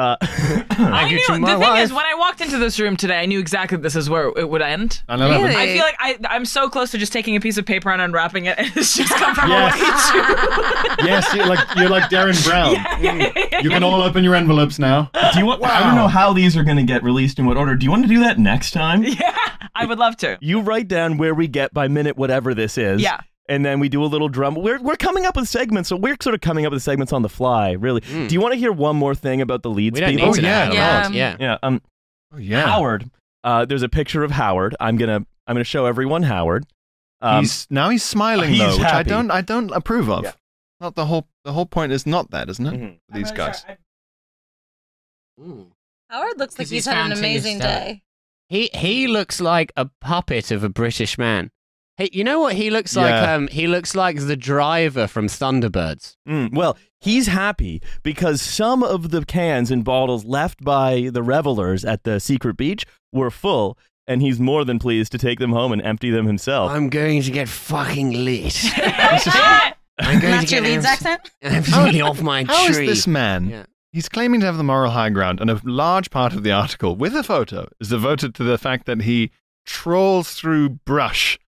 F: Oh,
D: Uh,
E: (laughs)
D: (laughs)
E: I
C: Thank you
E: knew
C: to
E: the
C: my
E: thing is
C: wife.
E: when I walked into this room today, I knew exactly this is where it would end.
B: I don't know.
F: Really?
E: I feel like I, I'm so close to just taking a piece of paper and unwrapping it, (laughs) and it's just come from
B: Yes.
E: away
B: but- (laughs) Yes, you're like you're like
D: (laughs)
B: Darren Brown.
E: too. (laughs)
B: You can all open your envelopes now.
D: do you want? I don't know how these are going to get released in what order. Do you want to do that next time?
E: yeah, I would love to.
D: You write down where we get by minute, whatever this is.
E: Yeah.
D: And then we do a little drum. We're, we're coming up with segments, so we're sort of coming up with segments on the fly, really. Do you want to hear one more thing about the leads
C: Hmm. we don't
D: people?
C: need to
B: yeah,
C: know.
F: yeah.
C: Yeah, yeah.
D: yeah. Um,
B: Oh, yeah.
D: Howard. Uh, there's a picture of Howard. I'm gonna I'm gonna show everyone Howard. Um,
B: he's now he's smiling
D: he's
B: though, which I
D: happy.
B: don't I don't approve of.
D: Yeah.
B: Not the whole the whole point is not that, isn't it?
D: Mhm.
B: For these guys.
F: Howard looks like
G: Because
F: he's
G: he's
F: had an
G: found Timmy
F: amazing
G: Stark.
F: day.
C: He he looks like a puppet of a British man. Hey, you know what he looks like?
B: Yeah.
C: Um, he looks like the driver from Thunderbirds.
D: mm, well, he's happy because some of the cans and bottles left by the revelers at the secret beach were full, and he's more than pleased to take them home and empty them himself.
H: I'm going to get fucking lit. I'm going to
F: Match your
H: get
C: (laughs)
F: Leeds
H: abs-
F: accent.
H: (laughs) absolutely off my
B: How is
H: tree.
B: this man?
H: Yeah.
B: He's claiming to have the moral high ground, and a large part of the article, with a photo, is devoted to the fact that he trawls through brush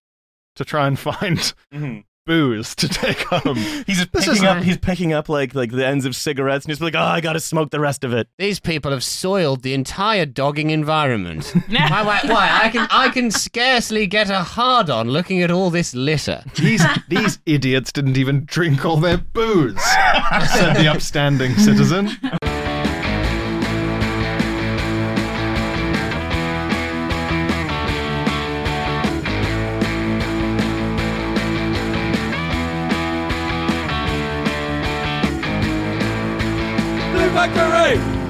B: to try and find
D: Mhm.
B: booze to take home.
D: (laughs) He's just
B: This is-
D: picking up. He's picking up like like the ends of cigarettes, and he's like, "Oh, I gotta smoke the rest of it."
C: These people have soiled the entire dogging environment. why, why, why? I can I can scarcely get a hard on looking at all this litter.
D: (laughs)
B: these these idiots didn't even drink all their booze, said the upstanding citizen.
D: Blue Blackberry.